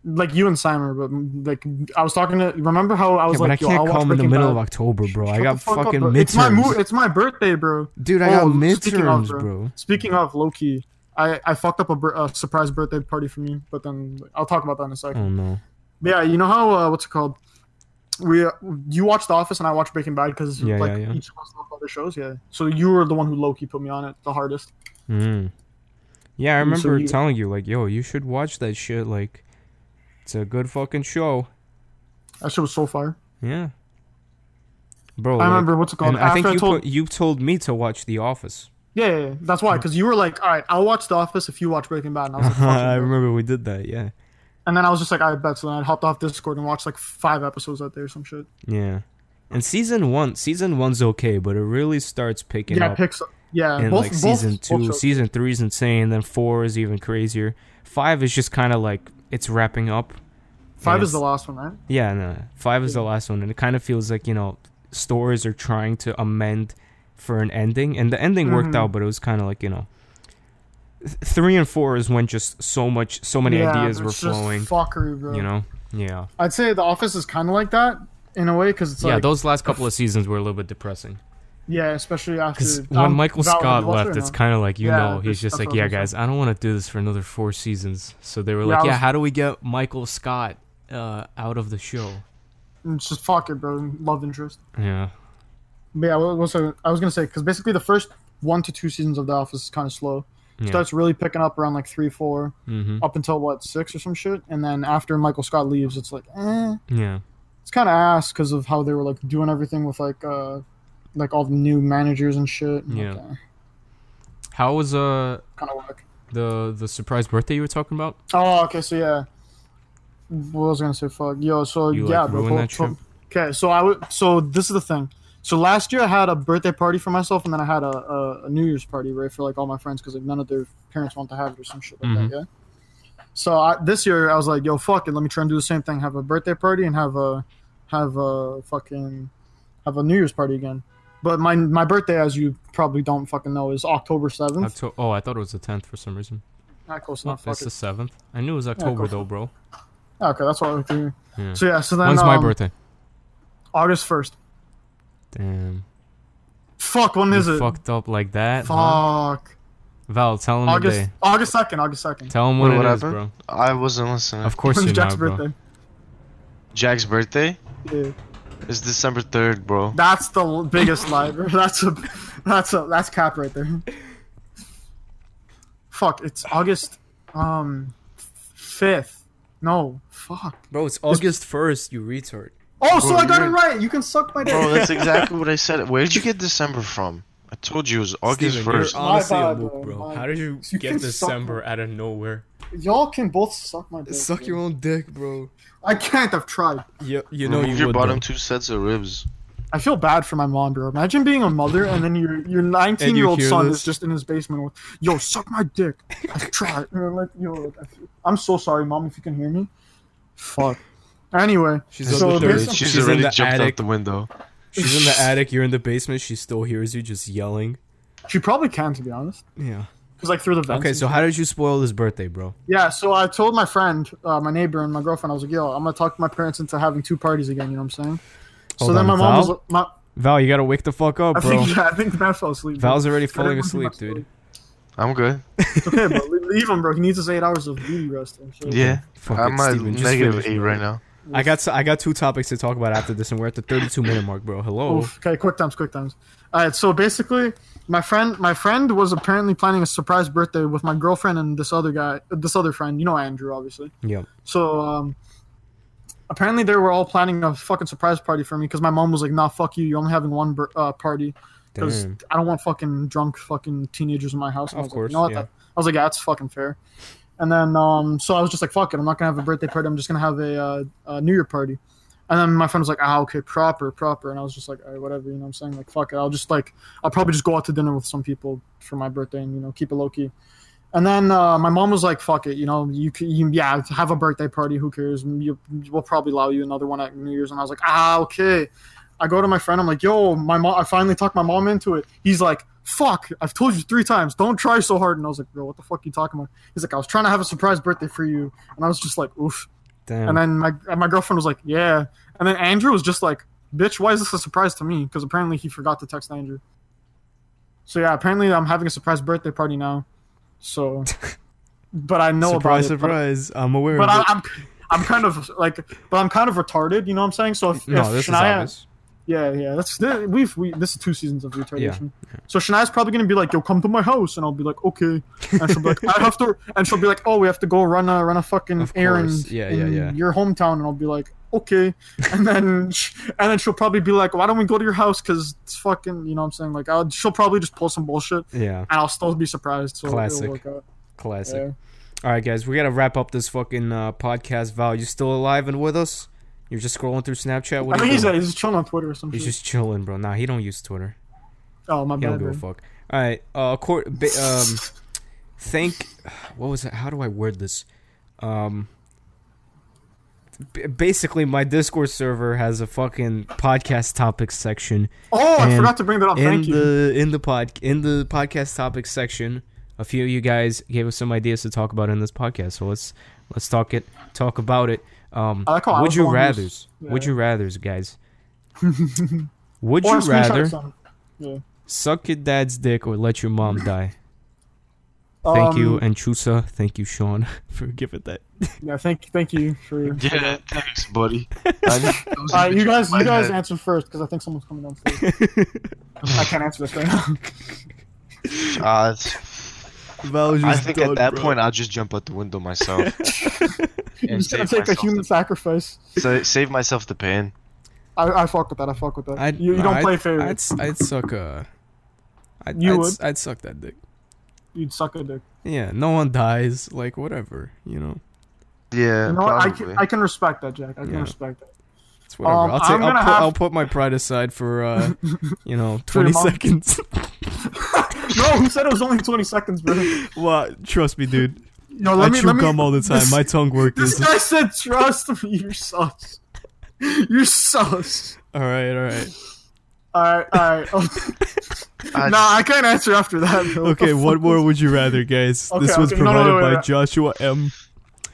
[SPEAKER 2] Like you and Simon, but mm, like I was talking to. Remember how I
[SPEAKER 1] Yeah,
[SPEAKER 2] was
[SPEAKER 1] but I
[SPEAKER 2] like, yo, I'll
[SPEAKER 1] can't
[SPEAKER 2] watch
[SPEAKER 1] come in the
[SPEAKER 2] Breaking
[SPEAKER 1] middle
[SPEAKER 2] Bad.
[SPEAKER 1] of October, bro. I
[SPEAKER 2] Shut the
[SPEAKER 1] got
[SPEAKER 2] fuck up,
[SPEAKER 1] fucking
[SPEAKER 2] bro.
[SPEAKER 1] midterms.
[SPEAKER 2] It's my mo- it's my birthday, bro.
[SPEAKER 1] Dude, I got
[SPEAKER 2] Oh, speaking of,
[SPEAKER 1] midterms,
[SPEAKER 2] bro.
[SPEAKER 1] bro.
[SPEAKER 2] Speaking of Loki, I I fucked up a, bir- a surprise birthday party for me, but then like, I'll talk about that in a second.
[SPEAKER 1] Oh no.
[SPEAKER 2] But yeah, you know how uh, what's it called? We uh, you watched The Office and I watched Breaking Bad because
[SPEAKER 1] Yeah,
[SPEAKER 2] like
[SPEAKER 1] yeah, yeah.
[SPEAKER 2] each of us loved other shows. Yeah, so you were the one who Loki put me on it the hardest.
[SPEAKER 1] Mm. Yeah, I
[SPEAKER 2] Mm, so
[SPEAKER 1] remember
[SPEAKER 2] you-
[SPEAKER 1] telling you, like, yo, you should watch that shit. Like, it's a good fucking show.
[SPEAKER 2] That shit was so fire.
[SPEAKER 1] Yeah. Bro,
[SPEAKER 2] I
[SPEAKER 1] Oh, like-
[SPEAKER 2] remember what's it called.
[SPEAKER 1] and I think
[SPEAKER 2] After I
[SPEAKER 1] you
[SPEAKER 2] told,
[SPEAKER 1] put, you told me to watch The Office.
[SPEAKER 2] yeah, yeah, yeah, that's why because you were like, all right, I'll watch The Office if you watch Breaking Bad. And I was like, fuck you,
[SPEAKER 1] I
[SPEAKER 2] bro.
[SPEAKER 1] remember we did that. Yeah.
[SPEAKER 2] and then I was just like, I bet. So then I hopped off Discord and watched like five episodes out there, or some shit.
[SPEAKER 1] Yeah. And season one, season one's okay, but it really starts picking
[SPEAKER 2] yeah,
[SPEAKER 1] up
[SPEAKER 2] picks. Yeah,
[SPEAKER 1] and
[SPEAKER 2] both,
[SPEAKER 1] like
[SPEAKER 2] both-
[SPEAKER 1] season
[SPEAKER 2] both
[SPEAKER 1] two,
[SPEAKER 2] shows.
[SPEAKER 1] season three is insane. Then four is even crazier. Five is just kind of like it's wrapping up.
[SPEAKER 2] Five
[SPEAKER 1] and
[SPEAKER 2] is the
[SPEAKER 1] it's-
[SPEAKER 2] last one, right?
[SPEAKER 1] Yeah, no, five is the last one, and it kind of feels like you know stories are trying to amend for an ending, and the ending worked
[SPEAKER 2] Mhm.
[SPEAKER 1] out, but it was kind of like you know. th- Three and four is when just so much, so many
[SPEAKER 2] yeah,
[SPEAKER 1] ideas were
[SPEAKER 2] it's just
[SPEAKER 1] flowing.
[SPEAKER 2] Fuckery, bro.
[SPEAKER 1] You know, yeah,
[SPEAKER 2] I'd say The Office is kind of like that in a way because it's
[SPEAKER 1] yeah.
[SPEAKER 2] like,
[SPEAKER 1] those last couple of seasons were a little bit depressing
[SPEAKER 2] yeah, especially after
[SPEAKER 1] because when
[SPEAKER 2] um,
[SPEAKER 1] Michael
[SPEAKER 2] Val,
[SPEAKER 1] Scott
[SPEAKER 2] did you watch it
[SPEAKER 1] left,
[SPEAKER 2] or
[SPEAKER 1] it's
[SPEAKER 2] no?
[SPEAKER 1] kind of like you
[SPEAKER 2] Yeah,
[SPEAKER 1] know he's
[SPEAKER 2] that's-
[SPEAKER 1] just
[SPEAKER 2] that's
[SPEAKER 1] like,
[SPEAKER 2] what I
[SPEAKER 1] yeah,
[SPEAKER 2] was
[SPEAKER 1] guys, I don't want to do this for another four seasons. So they were
[SPEAKER 2] Yeah,
[SPEAKER 1] like,
[SPEAKER 2] I
[SPEAKER 1] yeah,
[SPEAKER 2] was-
[SPEAKER 1] how do we get Michael Scott uh, out of the show?
[SPEAKER 2] It's just fuck it, bro. Love interest.
[SPEAKER 1] Yeah.
[SPEAKER 2] But yeah, what was I I was gonna say because basically the first one to two seasons of The Office is kind of slow.
[SPEAKER 1] Yeah.
[SPEAKER 2] Starts really picking up around like three, four,
[SPEAKER 1] hmm
[SPEAKER 2] up until what six or some shit, and then after Michael Scott leaves, it's like, eh,
[SPEAKER 1] Yeah.
[SPEAKER 2] it's kind of ass because of how they were like doing everything with like, uh, like all the new managers and eh, shit.
[SPEAKER 1] Yeah. How was uh
[SPEAKER 2] kind of whack.
[SPEAKER 1] the the surprise birthday you were talking about?
[SPEAKER 2] Oh, okay. So yeah, what was I gonna say? Fuck, yo. So
[SPEAKER 1] You, like,
[SPEAKER 2] yeah, bro.
[SPEAKER 1] ruined that trip?
[SPEAKER 2] Okay, so I would. So this is the thing. So last year I had a birthday party for myself, and then I had a, a, a New Year's party right for like all my friends because like none of their parents want to have it or some shit like
[SPEAKER 1] Mm-hmm.
[SPEAKER 2] that. Yeah. So I, this year I was like, yo, fuck it. Let me try and do the same thing. Have a birthday party and have a have a fucking have a New Year's party again. But my my birthday, as you probably don't fucking know, is October seventh.
[SPEAKER 1] Octo- oh, I thought it was the 10th for some reason.
[SPEAKER 2] Hmm? Not close
[SPEAKER 1] No,
[SPEAKER 2] enough. Fuck
[SPEAKER 1] it's the
[SPEAKER 2] it.
[SPEAKER 1] 7th. I knew it was October,
[SPEAKER 2] go for
[SPEAKER 1] though, bro.
[SPEAKER 2] Okay, that's what I was thinking.
[SPEAKER 1] Yeah.
[SPEAKER 2] So yeah, so then
[SPEAKER 1] When's my
[SPEAKER 2] um,
[SPEAKER 1] birthday?
[SPEAKER 2] August first.
[SPEAKER 1] Damn.
[SPEAKER 2] Fuck, when
[SPEAKER 1] You
[SPEAKER 2] is it?
[SPEAKER 1] fucked up like that? huh?
[SPEAKER 2] Fuck.
[SPEAKER 1] Val, tell him the
[SPEAKER 2] August
[SPEAKER 1] day.
[SPEAKER 2] August second. August second.
[SPEAKER 1] Tell him
[SPEAKER 3] Wait,
[SPEAKER 1] when it
[SPEAKER 3] what
[SPEAKER 1] is,
[SPEAKER 3] happened?
[SPEAKER 1] bro.
[SPEAKER 3] I wasn't listening.
[SPEAKER 1] Of course
[SPEAKER 2] When's
[SPEAKER 1] you're
[SPEAKER 2] Jack's
[SPEAKER 1] not, bro.
[SPEAKER 2] birthday?
[SPEAKER 3] Jack's birthday
[SPEAKER 2] Yeah.
[SPEAKER 3] is December 3rd, bro.
[SPEAKER 2] That's the l- biggest lie. bro. That's a that's a that's cap right there. Fuck. It's August um fifth. No. Fuck.
[SPEAKER 1] Bro, it's August 1st, you retard.
[SPEAKER 2] Oh, so
[SPEAKER 3] Bro,
[SPEAKER 2] I got it
[SPEAKER 3] you're-
[SPEAKER 2] right. You can suck my dick.
[SPEAKER 3] Bro, that's exactly what I said. Where did you get December from? I told you it was August
[SPEAKER 1] Steven,
[SPEAKER 3] 1st.
[SPEAKER 1] You're honestly
[SPEAKER 2] My
[SPEAKER 1] a
[SPEAKER 2] bad,
[SPEAKER 1] loop,
[SPEAKER 2] bro.
[SPEAKER 1] bro.
[SPEAKER 2] My-
[SPEAKER 1] How did you,
[SPEAKER 2] You
[SPEAKER 1] get
[SPEAKER 2] can suck
[SPEAKER 1] December out of nowhere?
[SPEAKER 2] Y'all can both suck my dick.
[SPEAKER 1] Suck
[SPEAKER 2] bro.
[SPEAKER 1] your own dick, bro.
[SPEAKER 2] I can't. I've tried.
[SPEAKER 1] Yeah, you know
[SPEAKER 3] Remove
[SPEAKER 1] you
[SPEAKER 3] your
[SPEAKER 1] would.
[SPEAKER 3] bottom
[SPEAKER 1] though.
[SPEAKER 3] two sets of ribs.
[SPEAKER 2] I feel bad for my mom, bro. Imagine being a mother and then your your 19 year old
[SPEAKER 1] hear
[SPEAKER 2] son
[SPEAKER 1] this.
[SPEAKER 2] is just in his basement with, yo, suck my dick. I tried. And I'm like, yo, like, I feel- I'm so sorry, mom, if you can hear me. Fuck. Anyway,
[SPEAKER 1] She's
[SPEAKER 2] so
[SPEAKER 1] up to
[SPEAKER 2] this,
[SPEAKER 1] She's
[SPEAKER 3] She's,
[SPEAKER 1] in
[SPEAKER 3] already
[SPEAKER 1] the
[SPEAKER 3] jumped
[SPEAKER 1] attic.
[SPEAKER 3] out the window.
[SPEAKER 1] She's in the attic, you're in the basement, she still hears you just yelling.
[SPEAKER 2] she probably can, to be honest,
[SPEAKER 1] Yeah.
[SPEAKER 2] because like through the vents.
[SPEAKER 1] Okay,
[SPEAKER 2] and
[SPEAKER 1] so
[SPEAKER 2] shit.
[SPEAKER 1] how did you spoil his birthday, bro?
[SPEAKER 2] yeah, so I told my friend, uh, my neighbor, and my girlfriend, I was like, yo, I'm gonna talk to my parents into having two parties again. You know what I'm saying? so
[SPEAKER 1] Hold
[SPEAKER 2] then
[SPEAKER 1] on,
[SPEAKER 2] my mom was,
[SPEAKER 1] Val?
[SPEAKER 2] like- my,
[SPEAKER 1] Val, you gotta wake the fuck up,
[SPEAKER 2] I
[SPEAKER 1] bro.
[SPEAKER 2] think, yeah, I think Matt fell asleep. bro.
[SPEAKER 1] Val's already
[SPEAKER 2] I
[SPEAKER 1] falling
[SPEAKER 2] didn't want to
[SPEAKER 1] asleep,
[SPEAKER 2] mess
[SPEAKER 1] dude.
[SPEAKER 2] with
[SPEAKER 3] I'm good.
[SPEAKER 2] It's okay, bro. Le- Leave him, bro. He needs his eight hours of beauty rest and shit.
[SPEAKER 3] Yeah.
[SPEAKER 1] Fuck
[SPEAKER 3] I'm
[SPEAKER 1] it,
[SPEAKER 3] at
[SPEAKER 1] Steven, just
[SPEAKER 3] negative
[SPEAKER 1] finish,
[SPEAKER 3] 8
[SPEAKER 1] bro.
[SPEAKER 3] right now.
[SPEAKER 1] I got s- I got two topics to talk about after this, and we're at the 32 minute mark, bro. Hello.
[SPEAKER 2] Oof. Okay, quick times, quick times. All right, so basically, my friend, my friend was apparently planning a surprise birthday with my girlfriend and this other guy, this other friend. You know Andrew, obviously.
[SPEAKER 1] Yeah.
[SPEAKER 2] So um, apparently, they were all planning a fucking surprise party for me because my mom was like, "Nah, fuck you. You're only having one bir- uh, party because
[SPEAKER 1] Damn.
[SPEAKER 2] I don't want fucking drunk fucking teenagers in my house." And I
[SPEAKER 1] Of
[SPEAKER 2] was
[SPEAKER 1] course,
[SPEAKER 2] Like, you know what?
[SPEAKER 1] yeah.
[SPEAKER 2] that- I was like, "Yeah, that's fucking fair." And then um, so I was just like, "Fuck it. I'm not gonna have a birthday party. I'm just gonna have a, uh, a New Year party." And then my friend was like, ah, okay, proper, proper. And I was just like, all right, whatever, you know what I'm saying? Like, fuck it. I'll just, like, I'll probably just go out to dinner with some people for my birthday and, you know, keep it low key. And then uh, my mom was like, fuck it, you know, you, c- you yeah, have a birthday party. Who cares? You, we'll probably allow you another one at New Year's. And I was like, ah, okay. I go to my friend. I'm like, yo, my mom, I finally talked my mom into it. He's like, fuck, I've told you three times, don't try so hard. And I was like, bro, what the fuck you talking about? He's like, I was trying to have a surprise birthday for you. And I was just like, oof.
[SPEAKER 1] Damn.
[SPEAKER 2] And then my and my girlfriend was like, "Yeah." And then Andrew was just like, "Bitch, why is this a surprise to me?" Because apparently he forgot to text Andrew. So yeah, apparently I'm having a surprise birthday party now. So, but I know
[SPEAKER 1] surprise,
[SPEAKER 2] about it. but-
[SPEAKER 1] surprise. I'm aware
[SPEAKER 2] But,
[SPEAKER 1] of
[SPEAKER 2] I,
[SPEAKER 1] it.
[SPEAKER 2] I'm I'm kind of like, but I'm kind of retarded. You know what I'm saying? So if,
[SPEAKER 1] no,
[SPEAKER 2] if
[SPEAKER 1] this is
[SPEAKER 2] Shania,
[SPEAKER 1] obvious.
[SPEAKER 2] yeah, yeah, that's th- we've we this is two seasons of retardation. So Shania's probably gonna be like, "Yo, come to my house," and I'll be like, "Okay," and she'll be like, "I have to," and she'll be like, "Oh, we have to go run a run a fucking
[SPEAKER 1] Of course.
[SPEAKER 2] errand
[SPEAKER 1] Yeah,
[SPEAKER 2] in
[SPEAKER 1] yeah, yeah.
[SPEAKER 2] your hometown," and I'll be like, "Okay," and then sh- and then she'll probably be like, "Why don't we go to your house?" Because it's fucking, you know, what I'm saying like, I'll, she'll probably just pull some bullshit,
[SPEAKER 1] Yeah,
[SPEAKER 2] and I'll still be surprised. So
[SPEAKER 1] Classic.
[SPEAKER 2] it'll work out.
[SPEAKER 1] classic.
[SPEAKER 2] Yeah.
[SPEAKER 1] All right, guys, we gotta wrap up this fucking uh, podcast. Val, you still alive and with us? You're just scrolling through Snapchat.
[SPEAKER 2] I
[SPEAKER 1] What are
[SPEAKER 2] think
[SPEAKER 1] you
[SPEAKER 2] he's,
[SPEAKER 1] doing?
[SPEAKER 2] he's just chilling on Twitter or something.
[SPEAKER 1] He's just chilling, bro. Nah, he don't use Twitter.
[SPEAKER 2] oh my
[SPEAKER 1] He don't
[SPEAKER 2] bad.
[SPEAKER 1] give a
[SPEAKER 2] bro.
[SPEAKER 1] fuck. All right, uh, court. Ba- um, thank. What was it? How do I word this? Um. b- Basically, my Discord server has a fucking podcast topics section,
[SPEAKER 2] Oh, I
[SPEAKER 1] And
[SPEAKER 2] forgot to bring that up.
[SPEAKER 1] in
[SPEAKER 2] Thank you.
[SPEAKER 1] the in the pod in the podcast topics section a few of you guys gave us some ideas to talk about in this podcast so let's let's talk it talk about it um
[SPEAKER 2] I like how I
[SPEAKER 1] would
[SPEAKER 2] was the
[SPEAKER 1] you
[SPEAKER 2] one
[SPEAKER 1] rather's
[SPEAKER 2] who's-
[SPEAKER 1] would
[SPEAKER 2] yeah.
[SPEAKER 1] you rather's guys would
[SPEAKER 2] Or
[SPEAKER 1] you
[SPEAKER 2] a screenshot or
[SPEAKER 1] rather
[SPEAKER 2] something.
[SPEAKER 1] suck your dad's dick or let your mom die thank
[SPEAKER 2] Um,
[SPEAKER 1] you and chusa thank you sean for giving that
[SPEAKER 2] Yeah, thank thank you for.
[SPEAKER 3] Yeah, thanks, buddy. I need those
[SPEAKER 2] All right, you guys,
[SPEAKER 3] my
[SPEAKER 2] you guys
[SPEAKER 3] head.
[SPEAKER 2] answer first because I think someone's coming downstairs. I can't answer this right now.
[SPEAKER 3] Uh, it's- I think at that point I'll just jump out the window myself.
[SPEAKER 2] I'm
[SPEAKER 3] and
[SPEAKER 2] just gonna
[SPEAKER 3] save
[SPEAKER 2] take a
[SPEAKER 3] myself
[SPEAKER 2] human
[SPEAKER 3] the,
[SPEAKER 2] sacrifice.
[SPEAKER 3] sa- save myself the pain.
[SPEAKER 2] I, I fuck with that. I fuck with that. you you don't play fair.
[SPEAKER 1] I'd, I'd suck uh I'd,
[SPEAKER 2] You
[SPEAKER 1] I'd,
[SPEAKER 2] would?
[SPEAKER 1] s- I'd suck that dick
[SPEAKER 2] You'd suck a dick.
[SPEAKER 1] Yeah, no one dies. Like whatever, you know.
[SPEAKER 3] Yeah,
[SPEAKER 2] You know what? I
[SPEAKER 3] probably.
[SPEAKER 2] can, I can respect that, Jack. I can
[SPEAKER 1] Yeah.
[SPEAKER 2] respect that.
[SPEAKER 1] It's whatever.
[SPEAKER 2] Um,
[SPEAKER 1] I'll, take,
[SPEAKER 2] I'm
[SPEAKER 1] I'll,
[SPEAKER 2] gonna
[SPEAKER 1] put,
[SPEAKER 2] have-
[SPEAKER 1] I'll put my pride aside for uh, you know twenty
[SPEAKER 2] month.
[SPEAKER 1] seconds.
[SPEAKER 2] No, who said it was only 20 seconds, bro?
[SPEAKER 1] well, trust me, dude.
[SPEAKER 2] No,
[SPEAKER 1] I
[SPEAKER 2] let me,
[SPEAKER 1] chew
[SPEAKER 2] let me,
[SPEAKER 1] gum all the time.
[SPEAKER 2] This,
[SPEAKER 1] my tongue work is
[SPEAKER 2] this guy said, trust me, you're sus. You're sus.
[SPEAKER 1] all right. All right.
[SPEAKER 2] Alright, alright.
[SPEAKER 3] I
[SPEAKER 2] nah, I can't answer after that, bro. What
[SPEAKER 1] Okay.
[SPEAKER 2] the
[SPEAKER 1] What
[SPEAKER 2] fuck
[SPEAKER 1] more
[SPEAKER 2] was-
[SPEAKER 1] would you rather, guys?
[SPEAKER 2] Okay,
[SPEAKER 1] this was
[SPEAKER 2] okay, no, no,
[SPEAKER 1] provided
[SPEAKER 2] wait,
[SPEAKER 1] by
[SPEAKER 2] wait.
[SPEAKER 1] Joshua M.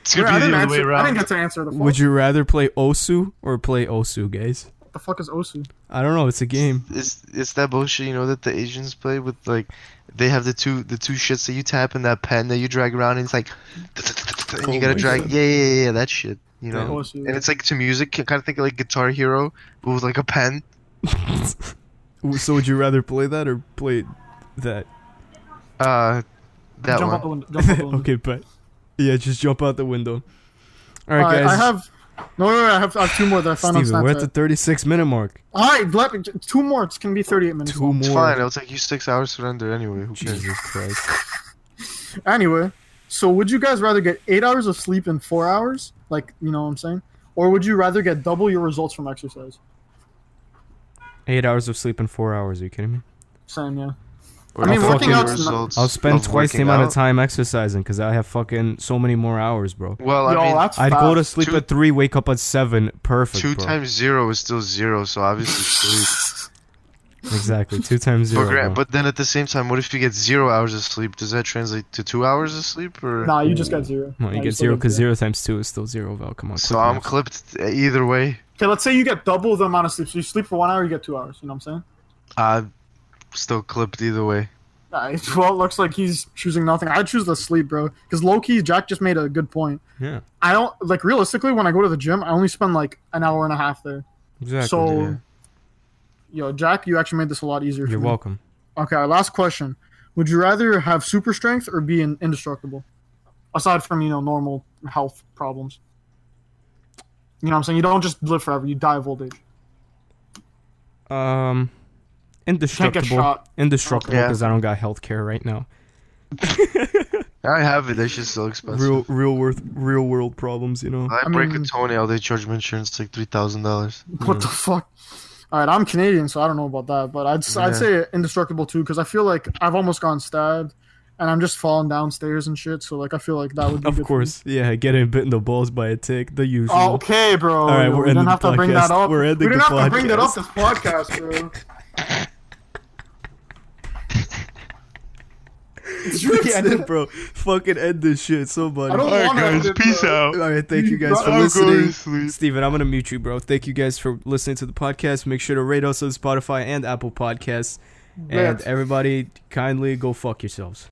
[SPEAKER 3] It's
[SPEAKER 2] Bro,
[SPEAKER 3] gonna
[SPEAKER 2] I,
[SPEAKER 3] be
[SPEAKER 2] didn't
[SPEAKER 3] the other way
[SPEAKER 2] answer, I
[SPEAKER 3] around.
[SPEAKER 2] didn't get to answer the fuck.
[SPEAKER 1] Would you rather play Osu or play Osu, guys?
[SPEAKER 2] What the fuck is Osu?
[SPEAKER 1] I don't know. It's a game.
[SPEAKER 3] it's it's that bullshit you know that the Asians play with like they have the two the two shits that you tap and that pen that you drag around and it's like and
[SPEAKER 1] Oh
[SPEAKER 3] you gotta
[SPEAKER 1] my
[SPEAKER 3] drag
[SPEAKER 1] God.
[SPEAKER 3] yeah yeah yeah, yeah that shit you know
[SPEAKER 2] Osu.
[SPEAKER 3] and it's like to music kind of think of like Guitar Hero but with like a pen
[SPEAKER 1] So would you rather play that or play that?
[SPEAKER 3] uh that
[SPEAKER 2] jump out
[SPEAKER 3] one
[SPEAKER 2] the window. Jump out the window.
[SPEAKER 1] okay, but yeah, just jump out the window. All right,
[SPEAKER 2] All right,
[SPEAKER 1] guys.
[SPEAKER 2] I have. No, wait, wait, I have, I have two more that I found
[SPEAKER 1] Steven,
[SPEAKER 2] on
[SPEAKER 1] we're at the
[SPEAKER 2] Snapchat.
[SPEAKER 1] 36 minute mark.
[SPEAKER 2] All right, let me, two more. It can be 38 minutes.
[SPEAKER 1] Two
[SPEAKER 2] long.
[SPEAKER 3] it's
[SPEAKER 1] more.
[SPEAKER 3] fine it'll take you six hours to render anyway who cares
[SPEAKER 1] Jesus Christ.
[SPEAKER 2] Anyway, so would you guys rather get eight hours of sleep in four hours? Like, you know what I'm saying? Or would you rather get double your results from exercise?
[SPEAKER 1] Eight hours of sleep in four hours. Are you kidding me?
[SPEAKER 2] Same, yeah.
[SPEAKER 3] Or
[SPEAKER 2] I mean,
[SPEAKER 3] the
[SPEAKER 1] working
[SPEAKER 3] fucking
[SPEAKER 2] out's not-
[SPEAKER 3] results
[SPEAKER 1] I'll spend
[SPEAKER 3] of
[SPEAKER 1] twice the
[SPEAKER 3] working
[SPEAKER 1] amount of
[SPEAKER 3] out.
[SPEAKER 1] time exercising because I have fucking so many more hours, bro.
[SPEAKER 3] well I
[SPEAKER 2] Yo,
[SPEAKER 3] mean
[SPEAKER 2] that's
[SPEAKER 1] I'd
[SPEAKER 2] fast.
[SPEAKER 1] go to sleep
[SPEAKER 3] Two-
[SPEAKER 1] at three, wake up at seven. Perfect,
[SPEAKER 3] two
[SPEAKER 1] bro.
[SPEAKER 3] times zero is still zero so obviously sleep
[SPEAKER 1] exactly. Two times
[SPEAKER 3] But
[SPEAKER 1] zero.
[SPEAKER 3] gra-
[SPEAKER 1] bro.
[SPEAKER 3] but then at the same time, what if you get zero hours of sleep? Does that translate to two hours of sleep? Or
[SPEAKER 2] Nah, you just got zero.
[SPEAKER 1] No, you
[SPEAKER 2] Nah,
[SPEAKER 1] get
[SPEAKER 2] still
[SPEAKER 1] zero because zero times two is still zero. Val, come on.
[SPEAKER 3] so
[SPEAKER 1] quick
[SPEAKER 3] I'm
[SPEAKER 1] math.
[SPEAKER 3] clipped either way.
[SPEAKER 2] Okay, let's say you get double the amount of sleep. So you sleep for one hour, you get two hours. You know what I'm saying?
[SPEAKER 3] I'm still clipped either way.
[SPEAKER 2] Alright, Uh, well, it looks like he's choosing nothing. I choose the sleep, bro. Because low key, Jack just made a good point.
[SPEAKER 1] yeah,
[SPEAKER 2] I don't like realistically when I go to the gym, I only spend like an hour and a half there.
[SPEAKER 1] exactly.
[SPEAKER 2] so, yo, Jack, you actually made this a lot easier.
[SPEAKER 1] You're
[SPEAKER 2] for me.
[SPEAKER 1] welcome.
[SPEAKER 2] Okay, our last question. Would you rather have super strength or be in- indestructible? Aside from, you know, normal health problems. You know what I'm saying? You don't just live forever, you die of old age.
[SPEAKER 1] Um,
[SPEAKER 2] Can't get
[SPEAKER 1] indestructible.
[SPEAKER 2] shot.
[SPEAKER 1] Indestructible
[SPEAKER 3] Yeah.
[SPEAKER 1] because I don't got health care right now.
[SPEAKER 3] I have it. That shit's still expensive.
[SPEAKER 1] Real, real worth, real world problems. You know.
[SPEAKER 3] I,
[SPEAKER 2] I
[SPEAKER 3] break
[SPEAKER 2] mean-
[SPEAKER 3] a toenail. They charge my insurance like three thousand dollars.
[SPEAKER 2] What
[SPEAKER 1] Mm.
[SPEAKER 2] the fuck? All right, I'm Canadian, so I don't know about that, but I'd,
[SPEAKER 3] Yeah.
[SPEAKER 2] I'd say indestructible too, because I feel like I've almost gone stabbed and I'm just falling downstairs and shit. So, like, I feel like that would be good
[SPEAKER 1] Of
[SPEAKER 2] for me.
[SPEAKER 1] course, yeah. Getting bit in the balls by a tick, the usual.
[SPEAKER 2] okay, bro.
[SPEAKER 1] right, we're
[SPEAKER 2] we didn't
[SPEAKER 1] ending
[SPEAKER 2] have
[SPEAKER 1] the
[SPEAKER 2] to bring
[SPEAKER 1] podcast.
[SPEAKER 2] that up.
[SPEAKER 1] We're ending
[SPEAKER 2] we didn't
[SPEAKER 1] the
[SPEAKER 2] have to bring that
[SPEAKER 1] podcast.
[SPEAKER 2] up this podcast, bro.
[SPEAKER 1] Yeah, bro. Fucking end this shit, somebody.
[SPEAKER 2] I don't want to.
[SPEAKER 1] All right, thank you guys for
[SPEAKER 3] I'm going to
[SPEAKER 1] listening.
[SPEAKER 3] sleep.
[SPEAKER 1] Steven, I'm gonna mute you, bro. Thank you guys for listening to the podcast. Make sure to rate us on Spotify and Apple Podcasts. And
[SPEAKER 2] Yes.
[SPEAKER 1] everybody, kindly go fuck yourselves.